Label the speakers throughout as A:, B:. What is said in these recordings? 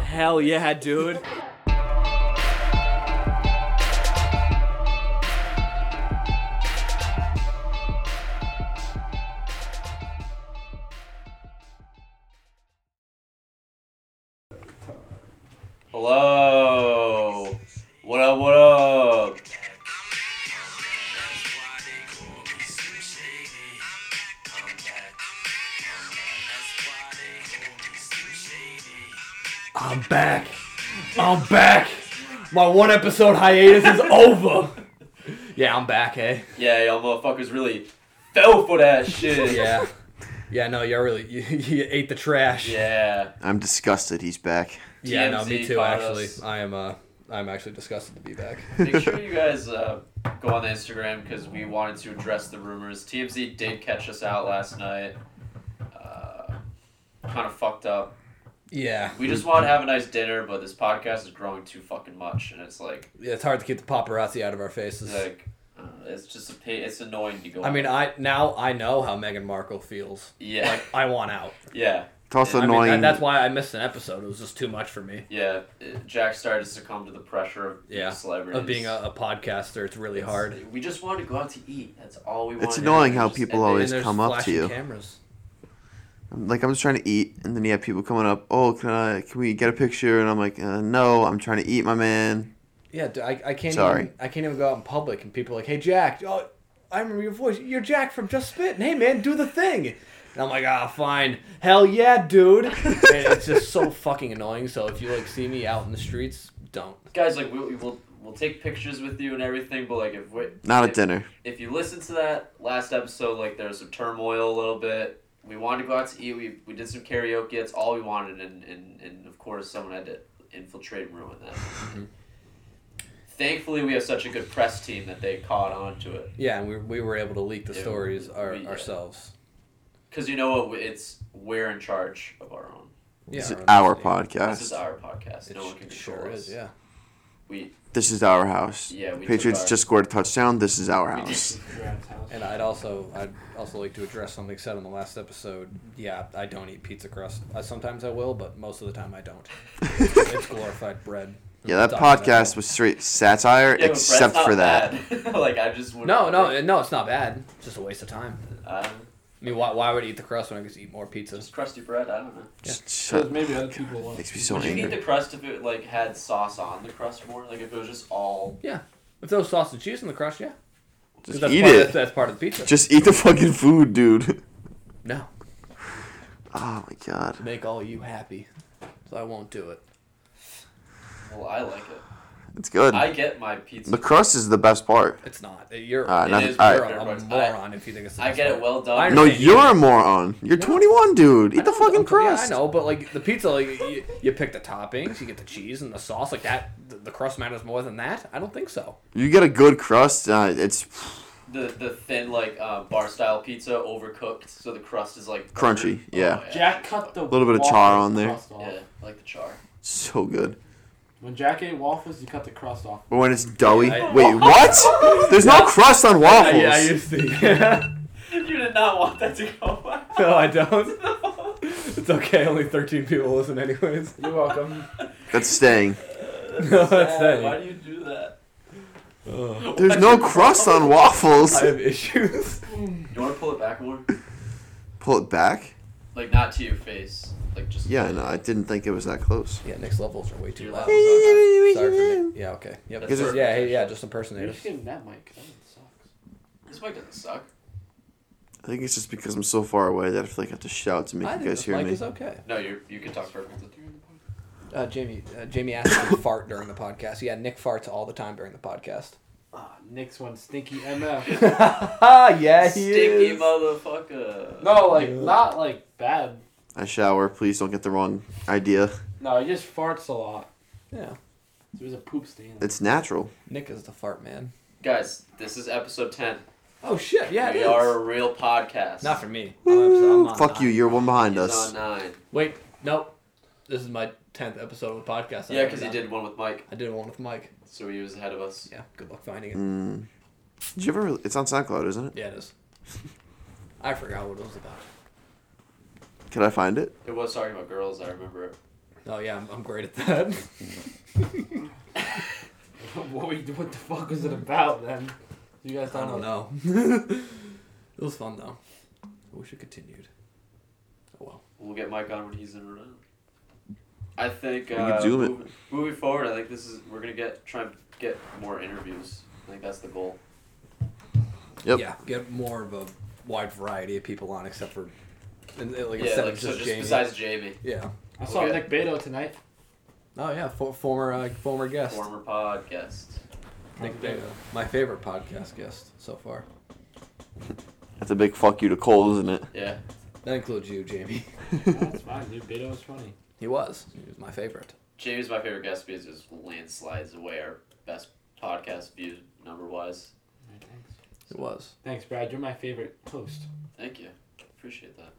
A: Hell yeah, dude.
B: Hello. What up? What up?
A: I'm back. I'm back. My one episode hiatus is over. Yeah, I'm back, hey.
B: Yeah, y'all motherfuckers really fell for that shit.
A: Yeah. Yeah, no, you're really you, you ate the trash.
B: Yeah.
C: I'm disgusted he's back.
A: Yeah, no, me
B: TMZ
A: too.
B: caught
A: Actually,
B: us.
A: I am. Uh, I'm actually disgusted to be back.
B: Make sure you guys uh, go on the Instagram because we wanted to address the rumors. TMZ did catch us out last night. Uh, kind of fucked up.
A: Yeah.
B: We just wanted to have a nice dinner, but this podcast is growing too fucking much, and it's like,
A: yeah, it's hard to keep the paparazzi out of our faces.
B: it's like, uh, it's just a, pa- it's annoying to go.
A: I
B: on.
A: mean, I now I know how Meghan Markle feels.
B: yeah,
A: I want out.
B: yeah,
C: It's also
A: I mean,
C: annoying.
A: that- that's why I missed an episode. It was just too much for me.
B: yeah. Jack started to succumb to the pressure of
A: Yeah,
B: being celebrities
A: Of being a, a podcaster, it's really
B: It's-
A: hard.
B: We just wanted to go out to eat. That's all we wanted.
C: It's annoying how
B: Just-
C: people
B: and-
C: always
A: And there's
C: come up to
A: flashing
C: you.
A: Cameras.
C: like I'm just trying to eat, and then you have people coming up. Oh, can I? Can we get a picture? And I'm like, uh, no, I'm trying to eat, my man.
A: Yeah, dude, I, I can't.
C: Sorry.
A: Even, I can't even go out in public, and people are like, "Hey, Jack. Oh, I remember your voice. You're Jack from Just Spit. Hey, man, do the thing." And I'm like, "Ah, fine. Hell yeah, dude." and it's just so fucking annoying. So if you like see me out in the streets, don't.
B: guys like we, we'll we'll take pictures with you and everything, but like if we
C: Not
B: if,
C: at dinner.
B: If you listen to that last episode, like there was some turmoil a little bit. We wanted to go out to eat. We, we did some karaoke. That's all we wanted, and, and, and of course someone had to infiltrate and ruin that.
A: Mm-hmm.
B: Thankfully, we have such a good press team that they caught on to it.
A: Yeah, and we, we were able to leak the
B: Yeah,
A: stories
B: we-
A: our,
B: we- yeah.
A: ourselves.
B: Because you know what? We- It's we're in charge of our own.
A: Yeah,
C: this is our
A: our
B: This
C: podcast.
B: is our podcast. no one can
A: It
B: control
A: sure
B: us.
A: is. Yeah.
B: We
C: This is our house.
B: yeah we took
C: Patriots
B: our-
C: just scored a touchdown. This is our
B: we did-
C: house.
A: And I'd also I'd also like to address something said on the last episode. Yeah, I don't eat pizza crust. I, sometimes I will, but most of the time I don't. it's glorified bread.
C: Yeah, that
A: It's documented.
C: podcast was straight satire,
B: Yeah, but Brett's
C: except
B: not
C: for that.
B: bad. like I just would
A: No, no, no. It's not bad. It's just a waste of time.
B: Um,
A: I mean, why, why would I eat the crust when I could just eat more pizzas?
B: just crusty bread. I don't know.
A: Yeah.
C: Just
D: Because
C: shut-
D: maybe other people want.
C: Makes me so
B: Would you eat
C: angry.
B: the crust if it like had sauce on the crust more? Like if it was just all.
A: If there was sausage cheese in the crust, yeah. 'Cause
C: Just
A: that's
C: eat
A: part, That's,
C: it.
A: that's part of the pizza.
C: Just eat the fucking food, dude.
A: no,
C: Oh my god.
A: make all you happy. So I won't do it.
B: Well, I like it.
C: It's good.
B: I get my pizza.
C: The crust is the best part.
A: It's not. You're,
C: All right,
B: It
C: Ah, not-
B: is
C: all
A: you're
C: right.
B: fair
A: a, a
B: points.
A: moron if you think it's. The
B: I
A: best
B: get
A: part.
B: it well
A: I
B: done.
C: No,
A: understand.
C: you're a moron. You're
A: No.
C: 21, dude.
A: I
C: Eat the
A: know,
C: fucking
A: I'm- yeah,
C: crust.
A: I know, but like the pizza, like you, you pick the toppings, you get the cheese and the sauce, like that. The, the crust matters more than that. I don't think so.
C: You get a good crust, uh, it's
B: The the thin like uh, bar style pizza overcooked, so the crust is like
C: Crunchy,
B: buttered.
C: yeah.
B: Oh,
D: Jack cut the
C: Little bit of char on there.
B: Yeah, I like the char.
C: so good.
D: When Jack ate waffles, he cut the crust off.
C: But when it's doughy,
A: I-
C: wait, what? There's no crust on waffles.
A: see.
B: you did not want that to go. Wow.
A: no, I don't. It's okay. Only thirteen people listen, anyways.
D: You're welcome.
C: That's staying.
A: No, that's
B: Sad.
A: it.
B: Why do you do that?
C: There's no crust on waffles.
A: I have issues.
B: You want to pull it back more?
C: Pull it back.
B: Like not to your face. Like just.
C: Yeah, no, I didn't think it was that close.
A: Yeah, Nick's levels are way too
B: Your
A: loud.
B: levels.
A: Sorry for Nick. Yeah, okay. Yep.
B: Because
A: Just-
B: it's-
A: yeah, hey, yeah, just
D: You
A: impersonators.
D: should give him that mic. 'cause That one sucks.
B: This mic doesn't suck.
C: I think it's just because I'm so far away that I feel like I have to shout to make
A: I
C: you
A: think
C: guys
A: this
C: hear
A: mic
C: me.
A: is okay.
B: No, you you can talk perfectly.
A: Uh, Jamie, uh, Jamie asked me to fart during the podcast. Yeah, Nick farts all the time during the podcast.
D: Ah, Nick's one stinky MF.
A: yeah,
B: Stinky motherfucker.
D: no, like not like bad.
C: I shower. Please don't get the wrong idea.
D: No, he just farts a lot.
A: Yeah,
D: There was a poop stain.
C: It's natural.
A: Nick is the fart man.
B: Guys, this is episode ten.
A: Oh shit! Yeah, it
B: we
A: is.
B: are a real podcast.
A: Not for me.
C: Woo, Fuck you. You're one behind
B: He's on
C: us.
B: nine.
A: Wait, nope. This is my tenth episode of the podcast. I've
B: Yeah,
A: ever
B: because he
A: done.
B: did one with Mike,
A: I did one with Mike.
B: so he was ahead of us.
A: Yeah, good luck finding it.
C: Mm. Did you ever? It's on SoundCloud, isn't it?
A: Yeah, it is. I forgot what it was about.
C: Can I find it?
B: It was talking about girls. I remember. it.
A: Oh yeah, I'm, I'm great at that.
D: what, we, what the fuck was it about then? You guys
A: I don't
D: don't know.
A: know. it was fun though. I wish it continued. Oh well.
B: We'll get Mike on when he's in Rhode Island. I think
C: We could
B: uh,
C: Zoom it.
B: moving, moving forward, I think this is we're gonna get try and get more interviews. I think that's the goal.
C: Yep.
A: Yeah, get more of a wide variety of people on, except for, and, uh, like
B: yeah,
A: instead
B: like,
A: of
B: so
A: just,
B: just
A: Jamie.
B: besides Jamie,
A: yeah.
D: I saw
B: Okay.
D: Nick Beto tonight.
A: Oh yeah, for, former uh, former guest.
B: former pod guest.
A: Nick Beta. My favorite podcast guest so far.
C: That's a big fuck you to Cole, isn't it?
B: Yeah,
A: That includes you, Jamie.
D: That's fine, dude. Beto was funny.
A: He was. He was my favorite.
B: Jamie's my favorite guest because it's landslides away our best podcast view number wise.
D: All right, thanks.
A: He was.
D: Thanks, Brad. You're my favorite host.
B: Thank you, appreciate that.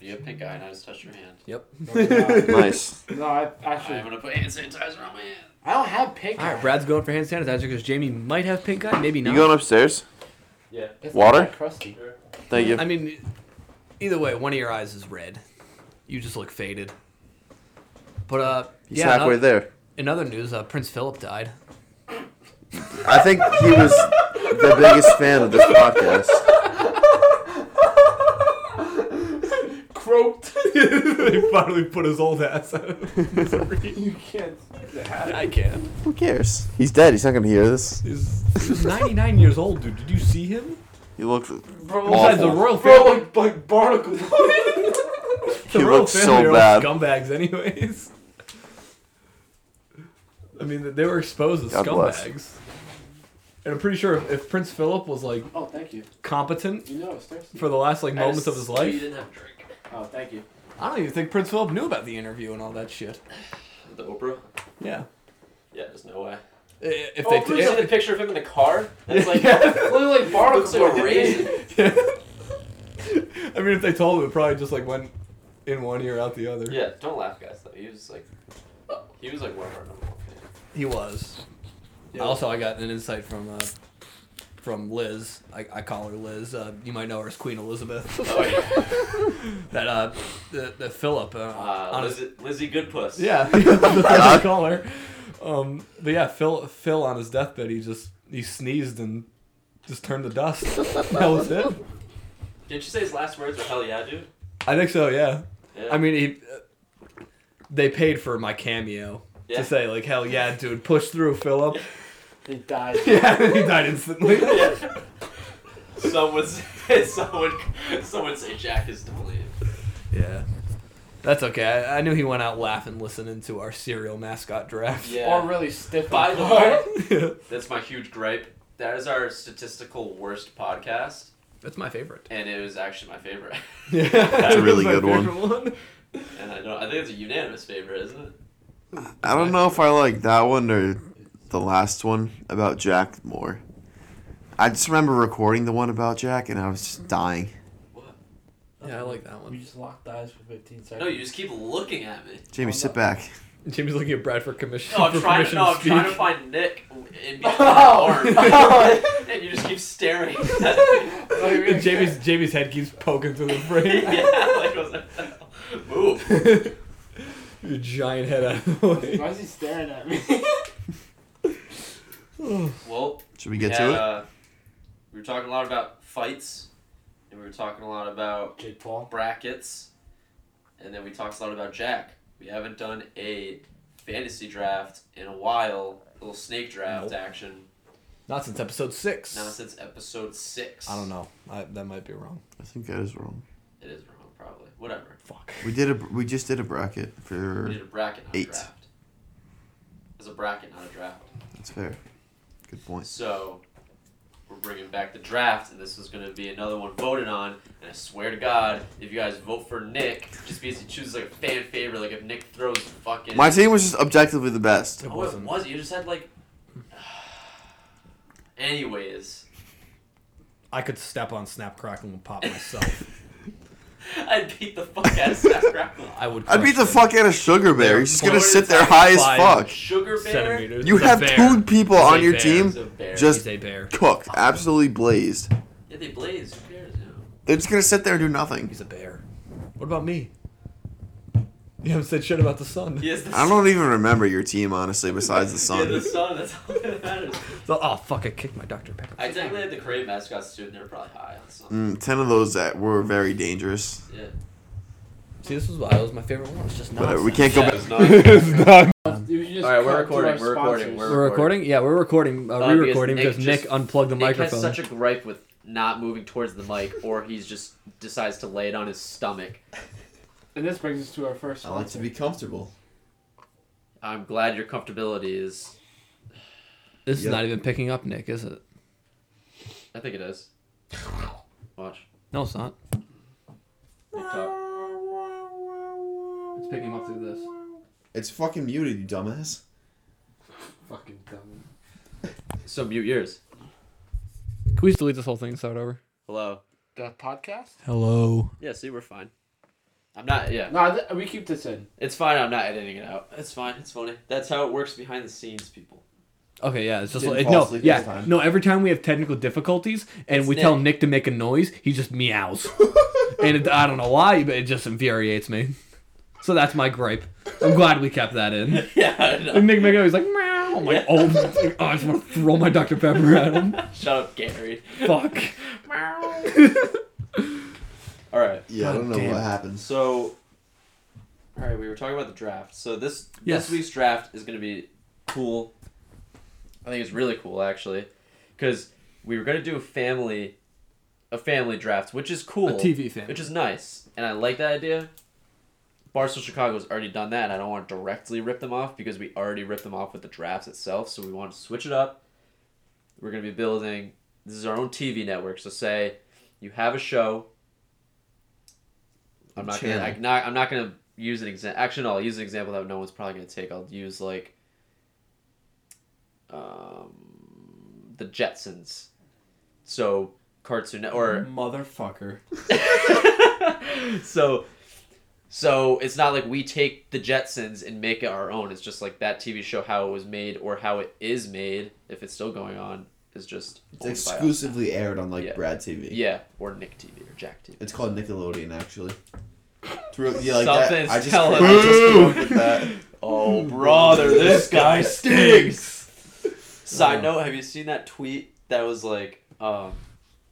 B: You have pink eye, and I just touched your hand.
A: Yep.
B: Oh,
C: Nice.
D: No, I actually
B: I'm gonna put hand sanitizer on my hand.
D: I don't have pink.
A: All right,
D: eye.
A: Brad's going for hand sanitizer because Jamie might have pink eye, maybe not.
C: You going upstairs?
B: Yeah.
D: It's not
C: Water?
D: that Crusty.
C: Thank you.
A: I mean, either way, one of your eyes is red. You just look faded. But uh,
C: He's
A: yeah. in
C: halfway
A: oth-
C: there.
A: In other news, uh, Prince Philip died.
C: I think he was the biggest fan of this podcast.
D: Croaked.
A: they finally put his old ass out.
D: you can't say that.
A: I can.
C: Who cares? He's dead. He's not gonna hear this.
A: He's, he's 99 years old, dude. Did you see him?
C: He looked.
D: Bro,
A: Besides the
C: Awful.
A: royal
D: bro,
A: family,
D: like like barnacles.
A: the
C: He
A: royal
C: looked so
A: family are all
C: bad.
A: scumbags, anyways. I mean, they were exposed as
C: God bless.
A: scumbags. And I'm pretty sure if, if Prince Philip was like
D: oh, thank you.
A: competent
D: You know it's thirsty.
A: for the last like
B: I
A: moments
B: just
A: of his
B: knew You
A: life,
B: didn't have a drink.
D: Oh, thank you.
A: I don't even think Prince Philip knew about the interview and all that shit.
B: The Oprah.
A: Yeah.
B: Yeah, there's no way.
A: I- i- If
B: oh,
A: they
B: Bruce had a picture of him in the car. That's like
A: Yeah.
B: literally like barnacles
D: Looks
B: like
D: like a
B: a raisin.
A: I mean, if they told him, it probably just like went in one ear out the other.
B: Yeah, don't laugh, guys. Though he was like, he was like one of our number one fans.
A: He was. Also, I got an insight from uh, from Liz. I, I call her Liz. Uh, you might know her as Queen Elizabeth.
B: Oh yeah.
A: that uh, the, the Philip uh,
B: Uh,
A: on his
B: Lizzie, Lizzie Goodpuss.
A: yeah, that's what I call her. Um, but yeah, Phil Phil on his deathbed, he just he sneezed and just turned to dust. that was it.
B: Didn't you say his last words were "Hell yeah, dude"?
A: I think so. Yeah.
B: Yeah.
A: I mean, he, they paid for my cameo
B: Yeah.
A: to say like, "Hell yeah, dude, push through, Philip."
D: He died.
A: Yeah, and he died instantly.
B: Yeah. someone, say- someone, someone say Jack is to blame.
A: yeah, that's okay. I, I knew he went out laughing, listening to our serial mascot draft.
B: Yeah.
D: Or really stiff.
B: By
D: and
B: the
D: hard.
B: way,
A: Yeah.
B: that's my huge gripe. That is our statistical worst podcast,
A: that's my favorite.
B: and it was actually my favorite.
A: Yeah,
C: a really good one.
B: And I don't. I think it's a unanimous favorite, isn't it?
C: I don't know if I like that one or the last one about Jack more. I just remember recording the one about Jack and I was just dying.
A: Yeah, I like that
D: We
A: one.
D: just locked eyes for 15 seconds.
B: No, you just keep looking at me.
C: Jamie, sit back.
A: Jimmy's looking at Brad for commission.
B: No, I'm
A: for
B: trying. To,
A: permission
B: no, I'm
A: speak.
B: trying to find Nick in between
D: Oh.
B: my arm, and you just keep staring. yeah,
A: And Jamie's Jamie's head keeps poking through the frame.
B: like I was like, move.
A: Your giant head out of the way.
D: Why is he staring at me?
B: Well,
C: Should we get
B: had,
C: to it?
B: Uh, we were talking a lot about fights, and we were talking a lot about
D: Jake Paul.
B: brackets, and then we talked a lot about Jack. We haven't done a fantasy draft in a while. A little snake draft
A: Nope.
B: action.
A: Not since episode six.
B: Now since episode six.
A: I don't know. I, that might be wrong.
C: I think that is wrong.
B: It is wrong, probably. Whatever.
A: Fuck.
C: We did a we just did a bracket
B: We
C: for
B: need a bracket, not
C: Eight.
B: a draft. It's a bracket, not a draft.
C: That's fair. Good point.
B: So we're bringing back the draft, and this is going to be another one voted on. And I swear to God, if you guys vote for Nick, just because he chooses like a fan favorite, like if Nick throws fucking
C: My team was just objectively the best.
A: It
B: oh, it
A: wasn't.
B: was you just had like. Anyways,
A: I could step on Snap Crackle and pop myself.
B: I'd beat the fuck out of Seth Grapple.
A: I would.
C: I beat the fuck out of Sugar Bear. He's just gonna
A: Florida's
C: sit there
A: like
C: high as
A: five
C: fuck.
B: Sugar Bear.
A: Centimeters.
C: You
A: It's a
C: have
A: bear.
C: two people
A: It's a
C: on your
A: bear.
C: team
B: Is a bear.
C: just-
A: He's a bear.
C: cooked, absolutely blazed.
B: yeah, they blaze. Who cares? You know?
C: They're just gonna sit there and do nothing.
A: He's a bear. What about me? You haven't said shit about the sun.
B: He has the
C: I don't even remember your team honestly. Besides the
B: Yeah, the
C: Suns,
B: sun. That's all that matters.
A: So, oh fuck! I kicked my Dr Pepper.
B: I technically had the Crave mascots too, and they're probably high on something.
C: mm, ten of those that were very dangerous.
B: Yeah.
A: See, this was why it was my favorite one. It's just
C: But
A: nonsense.
C: we can't go
B: Yeah,
C: back.
B: it's not-
D: Uh, All
B: Alright, we're recording, we're recording,
A: We're recording. Yeah, we're recording. Uh,
B: Uh, because
A: re-recording
B: Nick
A: because Nick,
B: just-
A: unplugged the
B: Nick
A: microphone.
B: has such a gripe with not moving towards the mic, or he's just decides to lay it on his stomach.
D: And this brings us to our first.
C: Oh,
D: sponsor.
C: comfortable.
B: I'm glad your comfortability is.
A: this is
C: Yep.
A: not even picking up, Nick, is it?
B: I think it is. Watch.
A: No, it's not.
B: Nick talk.
A: It's picking up through this.
C: It's fucking muted, you dumbass.
D: Fucking dumb.
B: So mute yours.
A: Can we just delete this whole thing and start over?
B: Hello.
D: The podcast?
A: Hello.
B: Yeah. See, we're fine. I'm not. Yeah.
D: No, th- we keep this in.
B: It's fine. I'm not editing it out. It's fine. It's funny. That's how it works behind the scenes, people.
A: Okay, yeah, it's just
C: Didn't
A: like
C: fall
A: no,
C: asleep
A: yeah,
C: this time.
A: no. Every time we have technical difficulties and
B: It's
A: we tell
B: Nick.
A: Nick to make a noise, he just meows, and it, I don't know why, but it just infuriates me. So that's my gripe. I'm glad we kept that in.
B: yeah. I know.
A: And Nick make a noise like meow. I'm like, oh, my- like, oh, I just want to throw my Dr Pepper at him.
B: Shut up, Gary.
A: Fuck.
B: All right.
C: Yeah, I don't know
A: God damn.
C: what happens.
B: So, all right, we were talking about the draft. So this
A: Yes.
B: this week's draft is going to be cool. I think it's really cool actually, because we were going to do a family, a family draft, which is cool,
A: fan.
B: which is nice, and I like that idea. Barstool Chicago's already done that. And I don't want to directly rip them off because we already ripped them off with the drafts itself. So we want to switch it up. We're going to be building. This is our own TV network. So say you have a show. I'm not gonna.
C: Channel.
B: I'm not, I'm not gonna use an example. Actually, no. I'll use an example that no one's probably gonna take. I'll use like, um, the Jetsons. So Cartoon or
A: motherfucker.
B: so, so it's not like we take the Jetsons and make it our own. It's just like that TV show how it was made or how it is made if it's still going on is just owned
C: It's
B: by us.
C: exclusively aired on like
B: Yeah.
C: Brad TV.
B: Yeah, or Nick TV or Jack TV.
C: It's called Nickelodeon, actually. Through, yeah, like
B: Something's
C: that. I just,
B: telling
C: I just
B: me.
C: came up with that.
B: Oh, brother, this guy stinks. Side note: Have you seen that tweet that was like, um,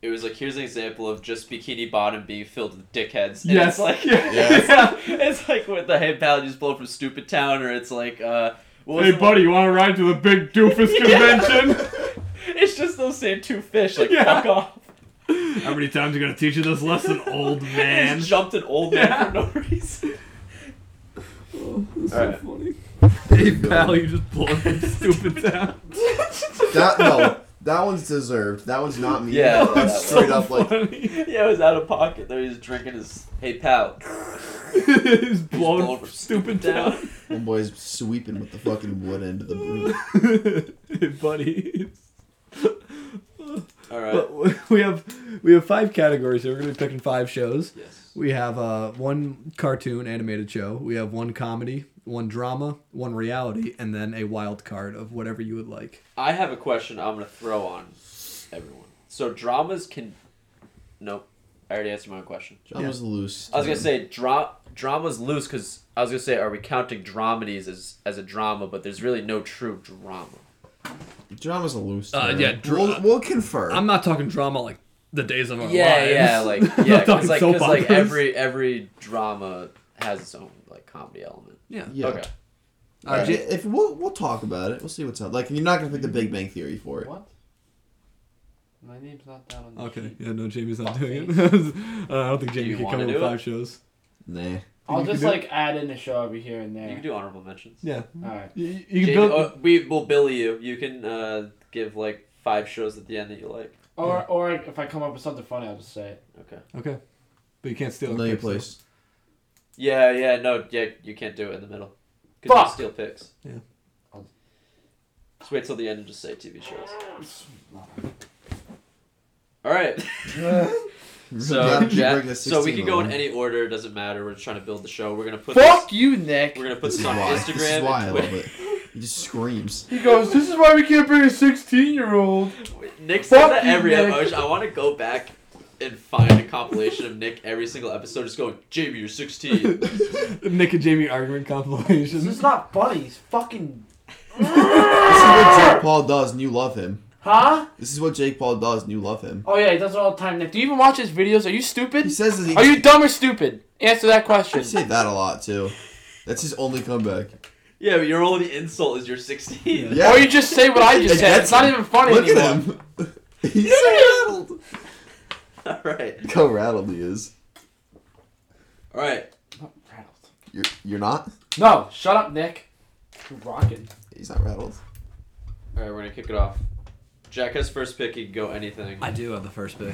B: it was like, here's an example of just Bikini Bottom being filled with dickheads. And
A: Yes.
B: it's like,
C: Yeah.
B: it's like with the hey pal, you just blow from Stupid Town, or it's like, uh, what was
D: Hey,
B: the-
D: buddy, you want to ride to the big doofus convention?
B: it's just those same two fish. Like,
D: Yeah.
B: fuck off.
D: How many times are you gonna teach you this lesson, old
B: They just jumped an old man for no reason. Alright.
A: Hey pal, you just blow up this stupid town.
C: That no, that one's deserved. That one's not me.
B: Yeah, that
C: that's straight
A: so
C: up like
A: funny.
B: Yeah, it was out of pocket though. He was drinking his hey pal.
A: He's blowing
B: blown
A: up stupid
B: down.
A: town.
C: one boy's sweeping with the fucking wood end of the broom.
A: hey buddy.
B: All right.
A: But we have we have five categories here. We're gonna be picking five shows.
B: yes.
A: We have uh, one cartoon animated show. We have one comedy, one drama, one reality, and then a wild card of whatever you would like.
B: I have a question I'm gonna throw on everyone. So dramas can nope. I already answered my own question.
C: John was loose.
B: I was gonna say dra- dramas loose because I was gonna say are we counting dramedies as as a drama, but there's really no true drama.
C: John was a loose.
A: Uh,
C: term.
A: yeah, dr-
C: we'll, we'll confer.
A: I'm not talking drama like the days of our
B: Yeah,
A: lives.
B: yeah, like
A: I'm
B: yeah,
A: not talking
B: because like,
A: soap
B: 'cause, like
A: operas.
B: every every drama has its own like comedy element.
A: yeah.
C: yeah.
B: Okay.
C: All right,
A: Uh,
C: If we'll we'll talk about it, we'll see what's up. Like you're not gonna pick the Big Bang Theory for it.
D: What? My name's not down on the
A: Okay.
D: sheet.
A: Yeah. No, Jamie's not doing it. uh, I don't think
B: Do
A: Jamie
B: you
A: can come
B: wanna
A: up with
B: do it?
A: five shows.
C: Nah.
D: I'll
A: You can
D: just
A: do it.
D: like add in a show over here and there.
B: You can do honorable mentions.
A: Yeah.
D: Alright.
A: You, you can
B: Jake,
A: build.
B: oh, we will bill you. You can uh, give like five shows at the end that you like.
D: Or or if I come up with something funny, I'll just say it.
B: Okay.
A: Okay. But you can't steal.
C: Know
A: a
C: your
A: picture.
C: place.
B: Yeah, yeah, no, yeah, you can't do it in the middle. Because
D: Fuck.
B: you steal picks.
A: Yeah.
B: Just wait till the end and just say TV shows.
D: Ah.
B: All right.
C: Glad
B: so
C: you
B: Jack-
C: bring the
B: so we
C: 16
B: can go in
C: along.
B: any order. It doesn't matter. We're just trying to build the show. We're gonna put
D: Fuck
B: This,
D: you, Nick.
B: we're gonna put
C: This
B: this,
C: is
B: on
C: why.
B: Instagram.
C: This is why I
B: and
C: love
B: Twitter.
C: it. He just screams.
D: He goes, This is why we can't bring a 16 year old.
B: Nick says
D: Fuck
B: that
D: you,
B: every
D: Nick.
B: emotion. I want to go back and find a compilation of Nick every single episode, just going, Jamie, you're 16.
E: Nick and Jamie argument
D: This is
E: compilation.
D: not funny. He's fucking.
C: This is what Jake Paul does, and you love him.
D: Huh?
C: This is what Jake Paul does, and you love him.
D: Oh yeah, he does it all the time. Nick, do you even watch his videos? Are you stupid?
C: He says that he.
D: Are you dumb or stupid? Answer that question.
C: I say that a lot too. That's his only comeback.
B: yeah, but your only insult is you're 16.
C: Yeah.
D: Or you just say what I just
C: It
D: said.
C: gets
D: It's not
C: him.
D: even funny
C: Look
D: anymore.
C: at him. He's so rattled.
B: All right.
C: Look how rattled he is.
B: All right.
C: You're you're not.
D: No, shut up, Nick. You're rocking.
C: He's not rattled.
B: All right, we're going to kick it off. Jack has first pick. He can go anything.
A: I do have the first pick.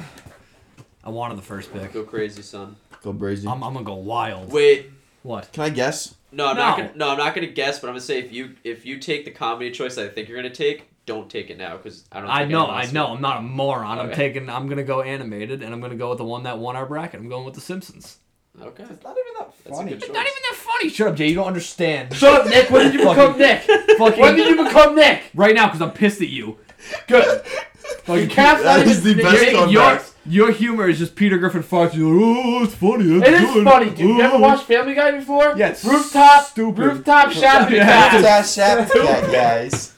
A: I wanted the first pick.
B: Go crazy, son.
C: Go Brazy.
A: I'm, I'm gonna go wild.
B: Wait.
A: What?
C: Can I guess?
B: No, I'm not
A: No.
B: gonna, no, I'm not gonna guess, but I'm gonna say if you if you take the comedy choice that I think you're gonna take, don't take it now because I don't.
A: I
B: think
A: know,
B: anyone
A: I
B: else
A: know.
B: will.
A: I'm not a moron. I'm
B: Okay.
A: taking. I'm gonna go animated, and I'm gonna go with the one that won our bracket. I'm going with The Simpsons.
B: Okay,
D: It's not even that
B: that's a good choice.
A: Not even that funny. Shut up, Jay. You don't understand.
D: Shut up, Nick. When did you become Nick?
A: Fucking
D: When did you become Nick?
A: right now, because I'm pissed at you.
D: Good. You can't
C: That
D: not
C: is
D: even-
C: the best
D: Nick,
A: Your,
C: comeback.
A: your,
C: back.
A: your humor is just Peter Griffin Fox. You're like, oh, it's funny. It's
D: It is
A: good.
D: funny, dude. You ever
A: Oh."
D: watched Family Guy before?
A: Yeah, it's
D: Rooftop,
A: stupid.
D: rooftop shopping
A: Yeah.
D: guy.
C: guys.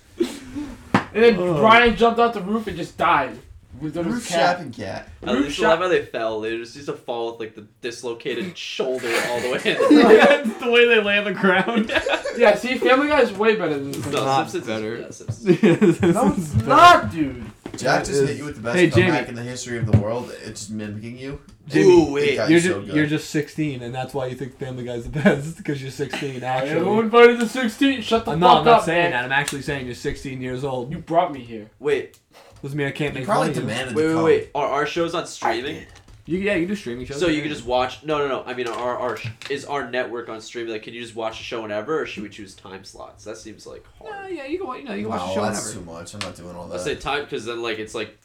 D: And then
A: Ugh.
D: Brian jumped off the roof and just died. With the
C: Oh. Roof
D: cat.
C: shopping cat.
B: At
D: Roof
B: least I
D: shot-
B: love how they fell. They just used to fall with like the dislocated shoulder all the way. In the
A: Yeah, it's the way they lay on the ground.
D: Yeah, see, Family Guy is way better than this.
B: no,
A: Not
B: Simpsons
A: better.
B: Is, yeah, Simpsons.
D: No,
A: no,
D: it's not, dude.
C: Jack just
A: That
C: hit
A: is-
C: you with the best
A: Hey,
C: comeback
A: Jamie.
C: in the history of the world. It's just mimicking you.
B: Ooh,
C: It
B: wait.
C: got
A: You're,
C: so
A: ju-
C: good.
A: you're just 16, and that's why you think Family Guy's the best, because you're 16, actually.
D: Who invited the 16? Shut the
A: I'm
D: fuck
A: not, I'm not
D: up,
A: saying
D: man.
A: that. I'm actually saying you're 16 years old.
D: You brought me here.
B: Wait,
A: Doesn't mean I can't
C: You
A: make
C: probably
A: fun of you.
C: demanded
B: wait,
C: the
B: wait,
C: call.
B: wait. Are our shows on streaming?
A: You, yeah, you can do streaming shows.
B: So you can just watch. No, no, no. I mean, our our sh- is our network on streaming? Like, can you just watch a show whenever, or should we choose time slots? That seems like
A: No,
B: hard.
A: yeah, you can, wa- you know, you can watch
C: Wow,
A: the show
C: that's
A: whenever.
C: too much. I'm not doing all
B: I say
C: that.
B: time because then like it's like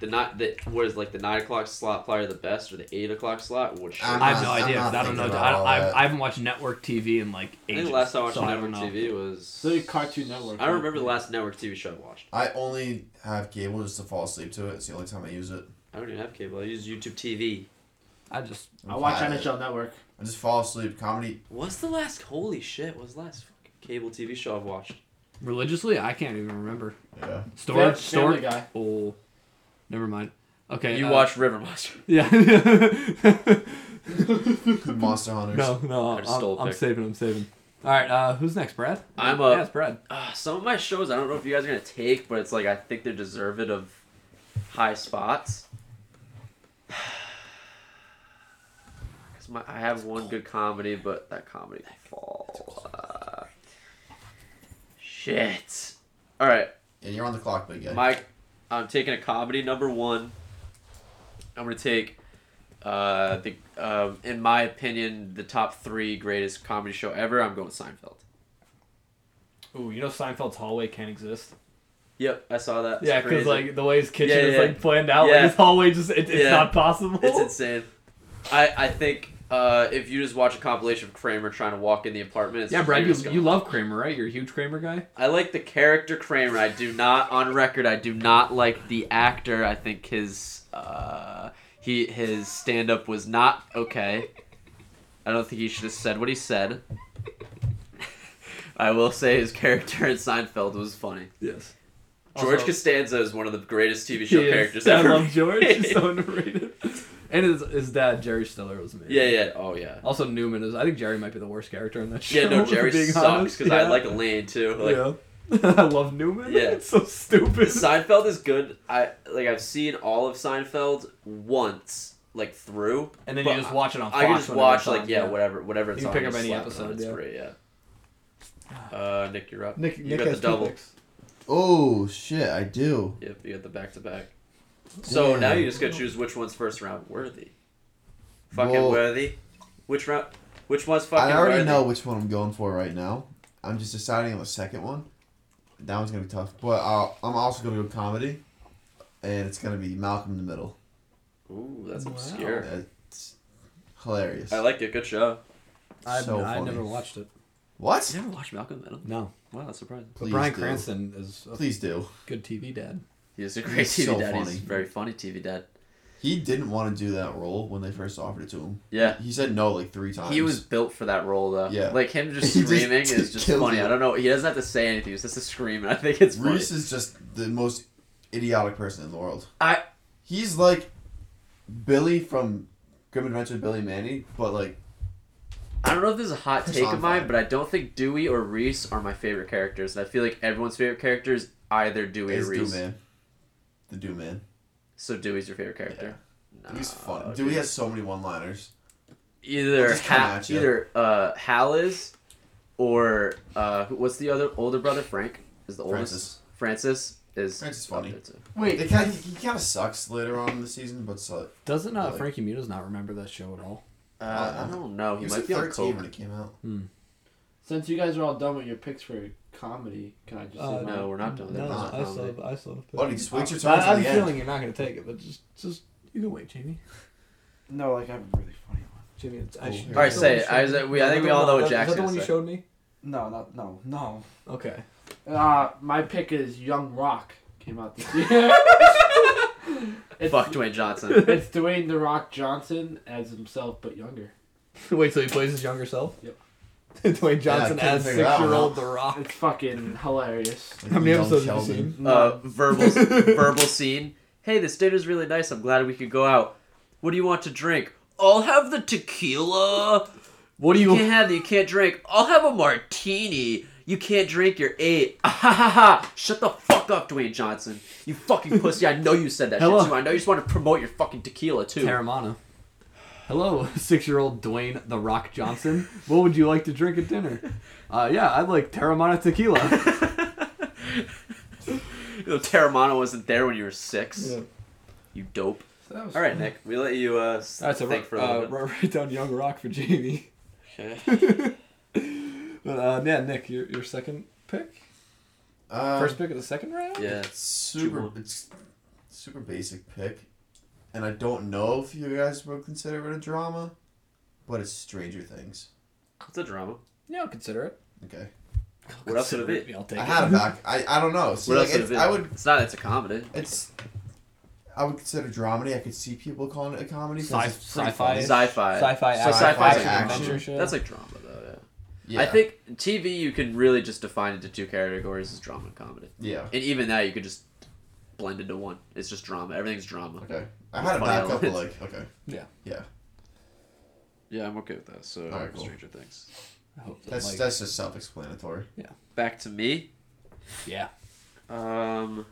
B: the not the what is like the nine o'clock slot probably the best or the eight o'clock slot. Which
C: I'm
A: I have no
C: not- I'm
A: idea.
C: not
A: I don't know.
C: thinking
A: I,
C: about all
A: don't, I,
C: that.
A: I haven't watched network TV in like
B: I
A: ages.
B: think the last time I watched
A: so I don't
B: network
A: know.
B: TV was
D: So you Cartoon Network.
B: I don't remember the last network TV show I watched.
C: I only have cable just to fall asleep to it. It's the only time I use it.
B: I don't even have cable. I use YouTube TV.
A: I just
D: I watch NHL Network.
C: I just fall asleep. Comedy.
B: What's the last? Holy shit! What's the last fucking cable TV show I've watched?
A: religiously, I can't even remember.
C: Yeah.
A: Storage,
D: Fam-
A: storage.
D: Family Guy.
A: Oh, never mind. Okay,
B: You
A: uh,
B: watched River Monster.
A: Yeah.
C: Monster Hunters.
A: no, no,
B: I
A: I'm,
B: just stole a
A: I'm
B: pick.
A: saving. I'm saving. All right, uh, who's next, Brad?
B: I'm
A: yeah,
B: up.
A: it's Brad.
B: Uh, some of my shows I don't know if you guys are gonna take, but it's like I think they're deserved of high spots. 'Cause My, I have one good comedy, but that comedy fall. Uh, shit. All right,
C: Yeah, you're on the clock, big guy.
B: Mike. I'm taking a comedy number one. I'm gonna take, uh, the um, in my opinion, the top three greatest comedy show ever. I'm going with Seinfeld.
A: Ooh, you know Seinfeld's hallway can't exist.
B: Yep, I saw that. It's
A: Yeah, because
B: crazy.
A: like the way his kitchen
B: Yeah,
A: is
B: yeah.
A: like planned out,
B: Yeah.
A: like his hallway just it, it's
B: Yeah.
A: not possible.
B: It's insane. I, I think uh, if you just watch a compilation of Kramer trying to walk in the apartment, it's
A: yeah, Brad, you,
B: Kramer's
A: you
B: gone.
A: love Kramer, right? You're a huge Kramer guy.
B: I like the character Kramer. I do not, on record, I do not like the actor. I think his uh, he his stand up was not okay. I don't think he should have said what he said. I will say his character in Seinfeld was funny.
A: Yes.
B: George
A: Also-
B: Costanza is one of the greatest TV show characters
A: I
B: ever.
A: love George. He's so underrated. And his, his dad, Jerry Stiller, was amazing.
B: yeah, yeah, oh yeah.
A: Also, Newman is. I think Jerry might be the worst character in that show.
B: Yeah, no,
A: if I'm
B: Jerry
A: being
B: sucks
A: honest.
B: because I
A: Yeah.
B: like Elaine too. Like,
A: yeah. I love Newman.
B: Yeah.
A: it's so stupid.
B: Seinfeld is good. I like I've seen all of Seinfeld once, like through.
A: and then
B: but
A: you just watch it on. Fox
B: I can just
A: whenever
B: watch
A: it's on,
B: like yeah, whatever whatever it's
A: You
B: on.
A: pick
B: I
A: up
B: just
A: any
B: slap it on,
A: episode,
B: It's
A: yeah. Ah.
B: free, yeah. Uh, Nick, you're up.
A: Nick,
B: you
A: Nick
B: got
A: has
B: the
A: two
B: double.
A: picks.
C: Oh shit, I do.
B: Yep, you got the back to back. So now
C: Damn.
B: you just gotta choose which one's first round worthy. Fucking
C: Well-
B: worthy. Which round? Which one's fucking
C: I already
B: worthy?
C: know which one I'm going for right now. I'm just deciding on the second one. That one's gonna be tough, but I'll, I'm also gonna go comedy, and it's gonna be Malcolm in the Middle.
B: Ooh, that's
A: Wow.
B: obscure.
C: That's hilarious.
B: I liked it. Good show.
A: I've,
C: So
A: I
C: funny.
A: never watched it.
C: What?
B: You never watched Malcolm in the Middle?
A: No,
B: Wow, that's surprising.
A: but
C: Please
A: Brian
C: do.
A: Cranston is a
C: Please do.
A: good TV dad.
B: He's a great
C: He's
B: TV
C: so
B: dad. He's
C: funny.
B: a very funny TV dad.
C: He didn't want to do that role when they first offered it to him.
B: Yeah.
C: He said no like three times.
B: He was built for that role though.
C: Yeah.
B: Like him just
C: He just
B: screaming is just
C: killed
B: funny.
C: it.
B: I don't know. He doesn't have to say anything. He's just a scream. And I think it's funny.
C: Reese is just the most idiotic person in the world.
B: I
C: He's like Billy from Grim Adventure Billy Manny, but like
B: I don't know if this is a hot take of mine,
C: Personified.
B: but I don't think Dewey or Reese are my favorite characters. And I feel like everyone's favorite character is either Dewey
C: is
B: or
C: Dew
B: Reese.
C: Man. The Dew Man.
B: So Dewey's your favorite character. No,
C: He's fun.
B: dude.
C: Dewey has so many one liners. I'll
B: either
C: just come
B: ha-
C: at ya.
B: either uh, Hal is, or uh, who- what's the other older brother? Frank is the oldest. Francis is
C: Francis is funny.
B: up there, too.
D: Wait,
C: They kind of, he kind of sucks later on in the season, but so,
A: Doesn't uh,
C: Like-
A: Frankie Muniz not remember that show at all?
B: Uh, I don't know.
C: he
B: He,
C: was
B: might
C: like
B: be on
C: 13 when
B: coke.
C: it came out.
D: since you guys are all done with your picks for comedy, can I just?
A: Uh,
D: say mine?
B: No, we're not doing that.
C: no,
B: That's
C: I
B: not comedy.
A: I still.
C: Buddy, just wait your turn
A: I,
C: to
A: am
C: the
A: feeling
C: end.
A: you're not gonna take it, but just just you can wait, Jamie.
D: No, like I have a really funny one.
A: Jimmy, it's,
C: Cool.
A: should-
C: All right,
A: is that
B: say
A: the
B: it.
A: one you
B: I was-
A: showed
B: we-
A: me?
B: I think
A: Is
B: we
A: that
B: all
A: the one-
B: know what
A: Is that
B: Jack's
A: the one you
B: gonna
A: showed me?
D: No, not no, no.
A: Okay.
D: Uh, my pick is Young Rock. Came out this year. it's,
B: Fuck Dwayne Johnson.
D: It's Dwayne the Rock Johnson as himself, but younger.
A: Wait till he plays his younger self.
D: Yep.
A: Dwayne
C: Yeah, I
A: Johnson
C: couldn't
A: as
C: figure that one
A: six-year-old
C: out.
A: The Rock.
D: It's fucking hilarious.
C: Like
A: How many
C: young
A: episodes have you
C: Sheldon.
A: seen?
B: uh, verbal verbal scene. Hey, this dinner's really nice. I'm glad we could go out. What do you want to drink? I'll have the tequila.
A: What do
B: You can't have that. You can't drink. I'll have a martini. You can't drink. You're eight. Ah, ha ha ha! Shut the fuck up, Dwayne Johnson. You fucking pussy. I know you said that
A: Hello.
B: shit too. I know you just want to promote your fucking tequila too.
A: Terramana. Hello, six-year-old Dwayne the Rock Johnson. what would you like to drink at dinner? Uh, yeah, I'd like Terramana tequila.
B: You know, Terramana wasn't there when you were six.
A: Yeah.
B: You dope.
D: So that was
B: All right, Nick. We let you uh, s-
A: That's a rock,
B: think for a little
A: uh,
B: bit.
A: write down Young Rock for Jamie.
B: Okay.
A: But uh, yeah, Nick, your, your second pick,
C: Um,
A: first pick of the second round.
B: Yeah.
C: It's super.
B: more.
C: It's super basic pick, and I don't know if you guys would consider it a drama, but it's Stranger Things.
B: It's a drama.
A: yeah, I'll consider it.
C: Okay,
B: What else would it be?
A: I'll take
C: I
A: it.
C: had it back. I, I don't know. See,
B: What
C: like,
B: else would it
C: it's,
B: be?
C: I would.
B: It's not. It's a comedy.
C: It's. I would consider dramedy. I could see people calling it a comedy. 'cause
A: Sci-
C: it's pretty
A: sci-fi.
C: funny.
B: Sci-fi.
A: Sci-fi
B: So
A: action.
B: sci-fi
C: Sci-fi action.
B: adventure.
A: Adventure.
B: That's like drama, though. Yeah.
C: Yeah.
B: I think TV you can really just define into two categories: is drama and comedy.
C: Yeah.
B: And even that you could just blend into one. It's just drama. Everything's drama.
C: Okay. I had it
B: Funny
C: back up, but
B: elements.
C: like, okay.
B: Yeah, I'm okay with that. So
C: Alright, cool. Stranger
B: Things.
A: I hope that,
C: That's
A: like-
C: that's just self-explanatory.
B: Back to me.
A: yeah.
B: Um.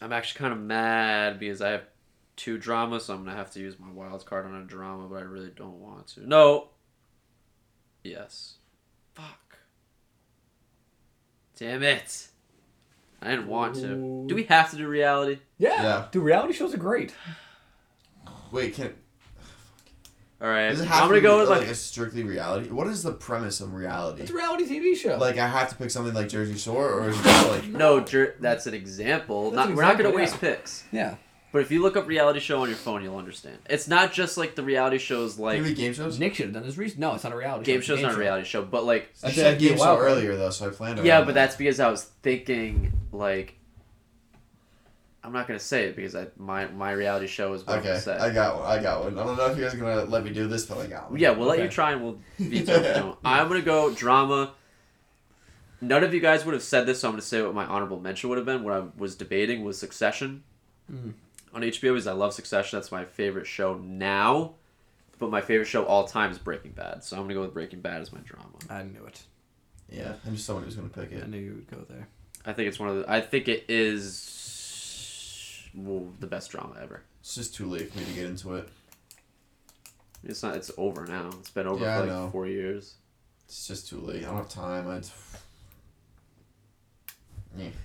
B: I'm actually kind of mad because I have two dramas, so I'm gonna have to use my wild card on a drama, but I really don't want to. No. Yes. Fuck. Damn it. I didn't want to. Do we have to do reality?
A: yeah,
C: Yeah.
A: Dude, reality shows are great.
C: Wait, can
B: All right.
C: does it have
B: I'm gonna
C: to
B: go
C: be,
B: with
C: like,
B: like.
C: a strictly reality? What is the premise of reality?
A: It's a reality TV show.
C: Like I have to pick something like Jersey Shore, or is it just like
B: no, jer- that's an example.
A: That's
B: not,
A: an
B: we're not
A: example,
B: gonna
A: yeah.
B: waste picks.
A: yeah,
B: But if you look up reality show on your phone, you'll understand. It's not just like the reality shows like
C: maybe game shows?
A: Nick should have done his research. No, it's not a reality.
B: Game
A: show.
B: show's not a reality show, but like
C: You
A: I
C: said
A: think
C: game
A: it'd be a
C: show
A: wild card.
C: earlier though, so I planned. around
B: yeah, but
C: that.
B: that's because I was thinking like I'm not gonna say it because I my my reality show is what I'm
C: okay.
B: gonna say.
C: I got one. I got one. I don't know if you guys are gonna let me do this, but I got one.
B: yeah, we'll let you
A: Okay.
B: try and we'll veto if you don't. I'm gonna go drama. None of you guys would have said this, so I'm gonna say what my honorable mention would have been. What I was debating was Succession
A: Mm.
B: on HBO because I love Succession. That's my favorite show now, but my favorite show all time is Breaking Bad. So I'm gonna go with Breaking Bad as my drama.
A: I knew it.
C: Yeah, I'm just someone who's gonna pick
A: I
C: it.
A: knew you would go there.
B: I think it's one of the. I think it is well, the best drama ever.
C: It's just too late for me to get into it.
B: It's not. It's over now. It's been over
C: Yeah, I
B: for
C: know.
B: like four years.
C: It's just too late. I don't have time. I.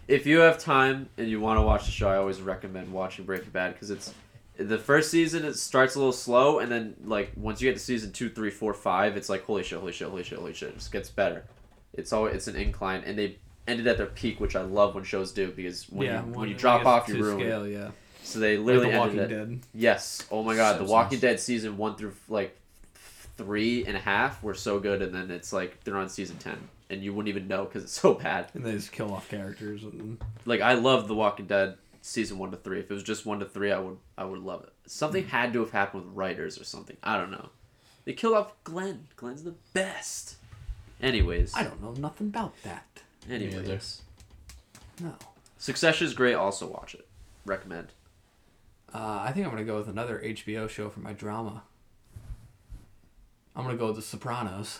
B: If you have time and you want to watch the show, I always recommend watching Breaking Bad because it's the first season. It starts a little slow, and then like once you get to season two, three, four, five, it's like holy shit, holy shit, holy shit, holy shit. It just gets better. It's always it's an incline, and they ended at their peak, which I love when shows do because when you, when you drop off, you ruin. it.
A: Scale, yeah.
B: So they literally
A: like the Walking
B: ended it.
A: Dead.
B: Yes. Oh my god,
C: Simpsons.
B: The Walking Dead season one through like three and a half were so good, and then it's like they're on season ten, and you wouldn't even know because it's so bad.
A: And they just kill off characters. And
B: Like I love The Walking Dead season one to three. If it was just one to three, I would I would love it. Something
A: Hmm.
B: had to have happened with writers or something. I don't know. They killed off Glenn. Glenn's the best. Anyways,
A: I don't know nothing about that.
F: either.
B: anyways,
A: No.
B: Succession is great. Also watch it. Recommend.
A: Uh, I think I'm gonna go with another HBO show for my drama. I'm gonna go with The Sopranos.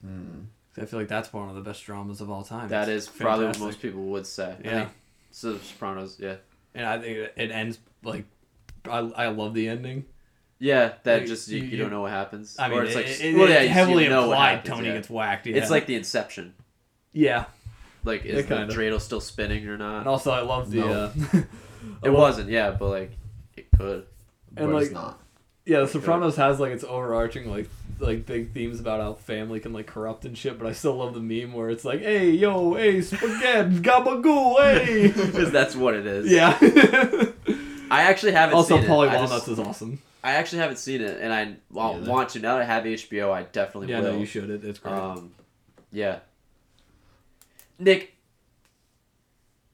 C: hmm.
A: 'Cause I feel like that's one of the best dramas of all time.
B: That is
A: It's
B: probably what
A: fantastic.
B: most people would say. I
A: Yeah.
B: mean, so Sopranos. Yeah.
A: and I think it ends like I, I love the ending.
B: Yeah, that
A: Like,
B: just you,
A: you-
B: you, don't know what happens.
A: I mean,
B: or it's like
A: it, it-
B: well,
A: it
B: yeah, you- you
A: heavily
B: know what
A: implied
B: happens,
A: Tony
B: yeah.
A: gets whacked. Yeah.
B: It's like the Inception.
A: yeah,
B: Like
A: Yeah,
B: is the
A: kinda.
B: dreidel still spinning or not?
A: and also I love the
C: No.
A: uh, I
B: it
A: love-
B: wasn't. Yeah, but like it could.
A: and
C: but
A: like
C: it's not.
A: yeah, The Sopranos has like its overarching like like big themes about how family can like corrupt and shit. But I still love the meme where it's like, hey yo, hey spaghetti gabagoo, hey.
B: Because that's what it is.
A: yeah.
B: I actually haven't
A: also,
B: seen
A: Polly
B: it. I just-
A: Walnuts is awesome.
B: I actually haven't seen it, and I well,
F: Neither.
B: want to. Now that I have HBO, I definitely
A: Yeah,
B: will.
A: no, you should. It, it's great.
B: Um, yeah. Nick,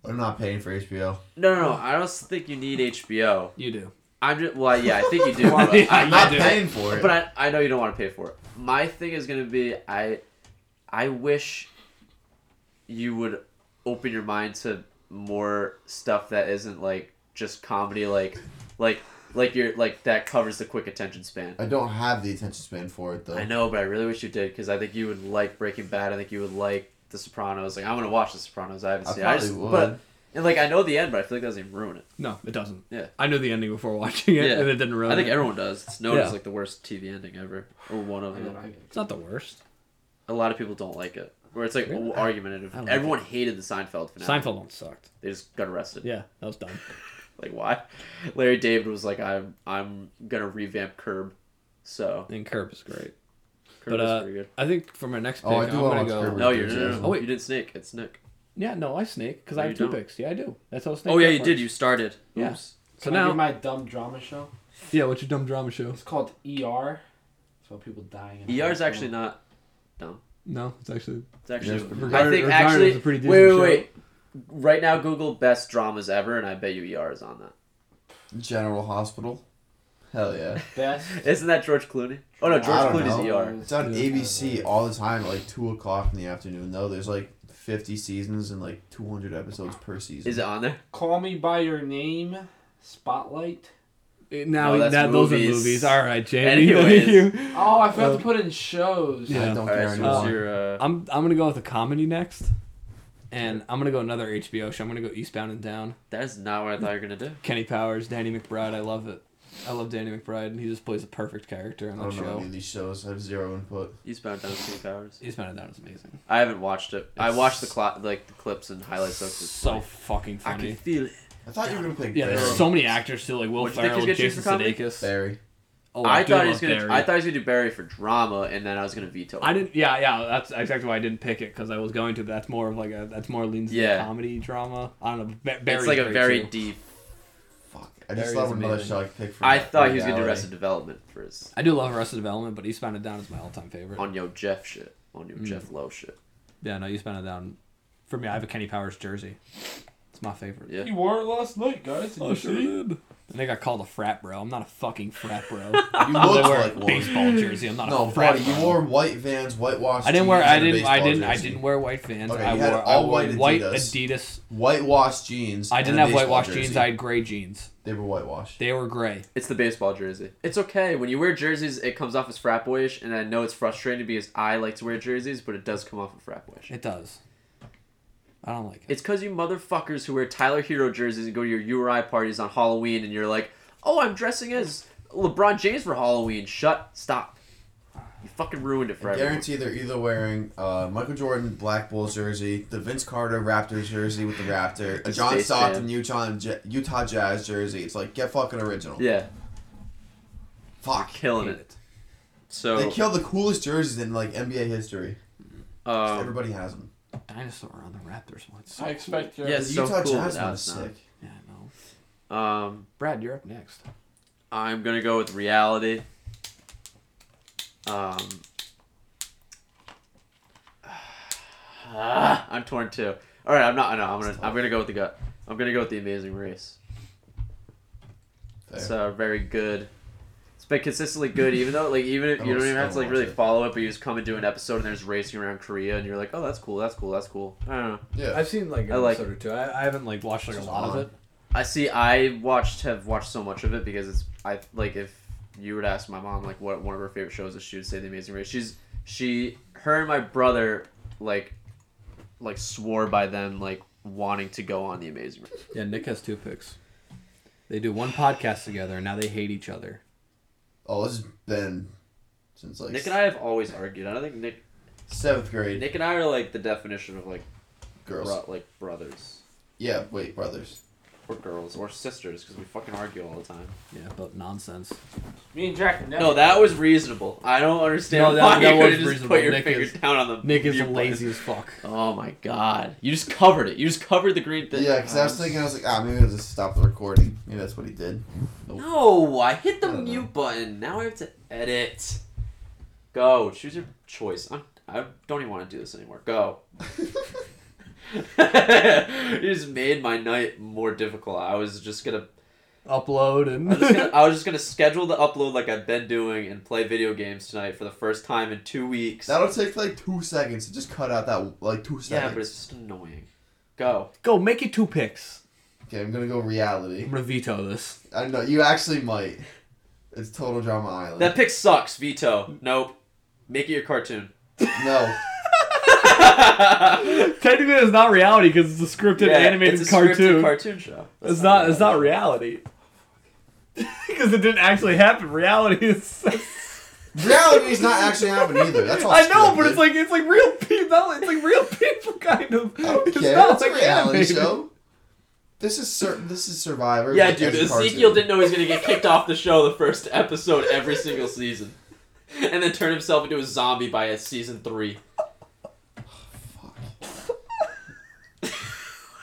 F: I'm not paying for HBO.
B: no, no, no. I don't think you need HBO.
A: you do.
B: I'm just well, yeah, I think you do.
A: Well,
B: but
A: yeah,
B: I-
F: I'm not
A: do.
F: paying for it.
B: But I, I know you don't want to pay for it. My thing is gonna be I I wish you would open your mind to more stuff that isn't like just comedy like like like your like that covers the quick attention span.
F: I don't have the attention span for it though.
B: I know, but I really wish you did because I think you would like Breaking Bad. I think you would like The Sopranos. Like I'm gonna watch The Sopranos. I haven't
F: I
B: seen. it. I
F: probably
B: just,
F: would.
B: But and like I know the end, but I feel like that doesn't even ruin it.
A: No, it doesn't.
B: Yeah.
A: I knew the ending before watching it,
B: Yeah.
A: and it didn't ruin.
B: I think
A: it.
B: everyone does. It's known as
A: Yeah.
B: like the worst TV ending ever, or one of
D: I
B: them.
D: don't like
A: it's not the worst.
B: a lot of people don't like it. Where it's like
A: Really?
B: argumentative.
A: I like
B: Everyone hated the Seinfeld finale.
A: Seinfeld one sucked.
B: They just got arrested.
A: Yeah, that was dumb.
B: Like why? Larry David was like, I'm I'm gonna revamp Curb. So
A: And Curb is great.
B: Curb
A: but uh,
B: is pretty good.
A: I think for my next pick,
F: Oh, I
A: I'm
F: do wanna
A: gonna
F: watch
A: go.
F: Curb.
B: No, you're no, no, no.
F: Oh,
A: wait.
B: you didn't snake. It's Nick.
A: Yeah, no, I snake because
B: No,
A: I
B: Oh, you
A: have 2
B: don't.
A: picks. Yeah, I do. That's how snake.
B: Oh yeah,
A: got
B: you did.
A: first.
B: You started.
A: Yeah.
B: Oops.
A: So
D: Can I
A: now,
D: do my dumb drama show?
A: yeah, what's your dumb drama show?
D: It's called ER. It's about people dying. in a
B: ER is
D: hospital.
B: actually not.
A: No, it's actually.
B: It's actually.
F: Yeah, it's pretty
B: I
A: good.
B: think
A: Retirement
B: actually.
A: is a pretty
B: wait,
A: decent
B: wait,
A: show.
B: wait. Right now, Google best dramas ever, and I bet you ER is on that.
F: General Hospital. Hell yeah.
D: best.
B: Isn't that George Clooney? Oh no,
D: I
B: George
F: don't
B: Clooney's
F: know.
B: ER.
F: It's on ABC all the time at like two o'clock in the afternoon though. There's like fifty seasons and like two hundred episodes per season.
B: Is it on there?
D: Call Me by Your Name. Spotlight.
A: Eh, Now
B: No, that's
A: that those are
B: movies.
A: movies. All right, Jamie. Thank
B: Anyways.
A: you.
D: Oh, I forgot
A: Um,
D: to put in shows.
A: yeah.
F: I don't
B: All right,
F: care
B: so
F: anymore.
B: what's your, uh,
A: I'm I'm gonna go with a comedy next, and I'm gonna go another HBO show. I'm gonna go Eastbound and Down.
B: that is not what I thought you were gonna do.
A: Kenny Powers, Danny McBride. I love it. I love Danny McBride, and he just plays a perfect character
F: I
A: in that
F: don't know any
A: show.
F: of these shows. I have zero input.
B: Eastbound Down Two Powers.
A: Eastbound and Down is amazing.
B: I haven't watched it. I
A: It's-
B: watched the clo- like the clips and highlights of it.
A: so fucking
B: I can
A: funny.
B: feel it.
F: I thought you were gonna play
A: Yeah, there's
F: Barry.
A: so many actors too, like Will
B: What'd you think
A: Ferrell,
B: he's gonna choose
A: Jason
B: for comedy?
A: Sudeikis.
F: Barry.
A: Oh,
B: I,
A: do
B: thought he
A: love
B: was gonna.
A: Barry.
B: I thought he was gonna do Barry for drama, and then I was gonna veto. it.
A: I didn't. Yeah, yeah. That's exactly why I didn't pick it because I was going to. But that's more of like a. That's more leans to
B: Yeah.
A: comedy drama. I don't know. Ba-
B: it's
A: Barry's
B: like a
A: great,
B: very
A: too.
B: deep.
F: Fuck. I just
A: Barry
F: thought
A: is
F: of another
A: amazing.
F: show I could pick from.
B: I thought he was gonna do
F: Reality.
B: Arrested Development for his
A: I do love Arrested Development, but Eastbound and Down is my all-time favorite.
B: on yo Jeff shit, on yo
A: Mm.
B: Jeff Lowe shit.
A: yeah, no, Eastbound and Down. For me, I have a Kenny Powers jersey. It's my favorite.
B: Yeah.
D: You wore it last night, guys.
A: Oh,
D: Oh, Did you see?
A: did. I think I called a frat bro. I'm not a fucking frat bro.
F: You
A: I
F: look
A: wear
F: like
A: a
F: one.
A: baseball jersey. I'm not
F: No,
A: a frat
F: buddy,
A: bro.
F: you wore white Vans, whitewashed.
A: I didn't wear.
F: jeans,
A: I
F: and a
A: didn't. I
F: baseball
A: didn't. I
F: jersey.
A: didn't wear white fans.
F: Okay,
A: I
F: you
A: wore.
F: had
A: I
F: all
A: wore
F: white
A: white
F: Adidas.
A: Adidas.
F: Whitewashed jeans.
A: I
F: and
A: didn't
F: a
A: have
F: baseball
A: whitewashed
F: jersey.
A: jeans. I had gray jeans.
F: They were whitewashed.
A: They were gray.
B: It's the baseball jersey. It's okay when you wear jerseys. It comes off as frat boyish, and I know it's frustrating because I like to wear jerseys, but it does come off as frat boyish.
A: It does. I don't like it.
B: It's because you motherfuckers who wear Tyler Hero jerseys and go to your URI parties on Halloween and you're like, oh, I'm dressing as LeBron James for Halloween. Shut, stop. You fucking ruined it for
F: I
B: everyone.
F: guarantee they're either wearing uh, Michael Jordan Black Bulls jersey, the Vince Carter Raptors jersey with the Raptor, a
B: It's
F: John
B: Space
F: Stockton
B: Jam.
F: Utah Utah Jazz jersey. It's like get fucking original.
B: Yeah,
F: Fuck.
B: killing it.
F: They
B: So,
F: killed the coolest jerseys in like NBA history. Just
B: um,
F: Everybody has them.
A: Dinosaur on the Raptors once.
D: I expect your.
F: The
B: Yes. It's so
F: Utah
B: cool
F: Jazz
B: that
F: one
B: now
F: is
B: it's not.
F: sick.
A: Yeah, I know.
B: um,
A: Brad, you're up next.
B: I'm gonna go with reality. Um, ah, I'm torn too. All right, I'm not. No, I'm gonna. I'm gonna go with the gut. I'm gonna go with the Amazing Race.
C: Fair.
B: It's uh, very good. It's been consistently good, even though like even if
C: I
B: you don't
C: will
B: even have to
C: still
B: like really
C: watch it.
B: follow it, but you just come and do an episode and there's racing around Korea and you're like, oh, that's cool, that's cool, that's cool. I don't know.
C: Yeah.
G: I've seen like an
B: I like
G: episode or two. I, I haven't like watched like a
H: Just
G: lot
H: on.
G: of it.
B: I see. I watched have watched so much of it because it's I like if you were to ask my mom like what one of her favorite shows is, she would say The Amazing Race. She's she her and my brother like like swore by them like wanting to go on The Amazing Race.
A: Yeah, Nick has two picks. They do one podcast together, and now they hate each other.
C: oh, this has been since like
B: Nick and I have always argued. I don't think Nick
C: seventh grade.
B: Nick and I are like the definition of like
C: girls.
B: bro- like brothers.
C: Yeah, wait, brothers.
B: or girls or sisters because we fucking argue all the time.
A: Yeah, about nonsense.
D: Me and Jack. Never
B: No, that was reasonable. I don't understand
A: No, that-
B: why
A: that
B: you
A: was
B: couldn't just
A: reasonable.
B: put your
A: Nick
B: finger
A: is-
B: down on the.
A: Nick is
B: mute button.
A: lazy as fuck.
B: Oh my god! You just covered it. You just covered the green thing.
C: Yeah, because I was thinking, I was like, ah, maybe I'll just stop the recording. Maybe that's what he did.
B: No, I hit the
C: I don't know.
B: mute button. Now I have to edit. Go choose your choice. I'm, I don't even want to do this anymore. Go. you just made my night more difficult. I was just gonna
A: Upload and
B: I was, just gonna, I was just gonna schedule the upload like I've been doing and play video games tonight for the first time in two weeks.
C: That'll take like two seconds to just cut out that like two
B: yeah,
C: seconds.
B: but it's just annoying. Go.
A: go make it two picks.
C: okay, I'm gonna go
A: I'm
C: reality.
A: gonna veto this.
C: I know you actually might. It's total drama island.
B: That pick sucks, Veto. Nope. Make it your cartoon.
C: no,
B: yeah,
A: Technically, it's not reality because it's a scripted
B: it's a scripted cartoon show. That's
A: it's not. It's not
B: reality.
A: reality. Because it didn't actually happen. Reality is.
C: reality is not actually happening either. That's all.
A: I know, but
C: scripted.
A: it's like it's like real people. It's like real people, kind of.
C: I don't
A: it's
C: care.
A: not
C: it's
A: like
C: a reality
A: animated.
C: show. This is sur- this is Survivor.
B: Yeah,
C: but
B: dude.
C: as a
B: Ezekiel
C: cartoon.
B: didn't know he was gonna get kicked off the show the first episode every single season, and then turn himself into a zombie by uh, season three.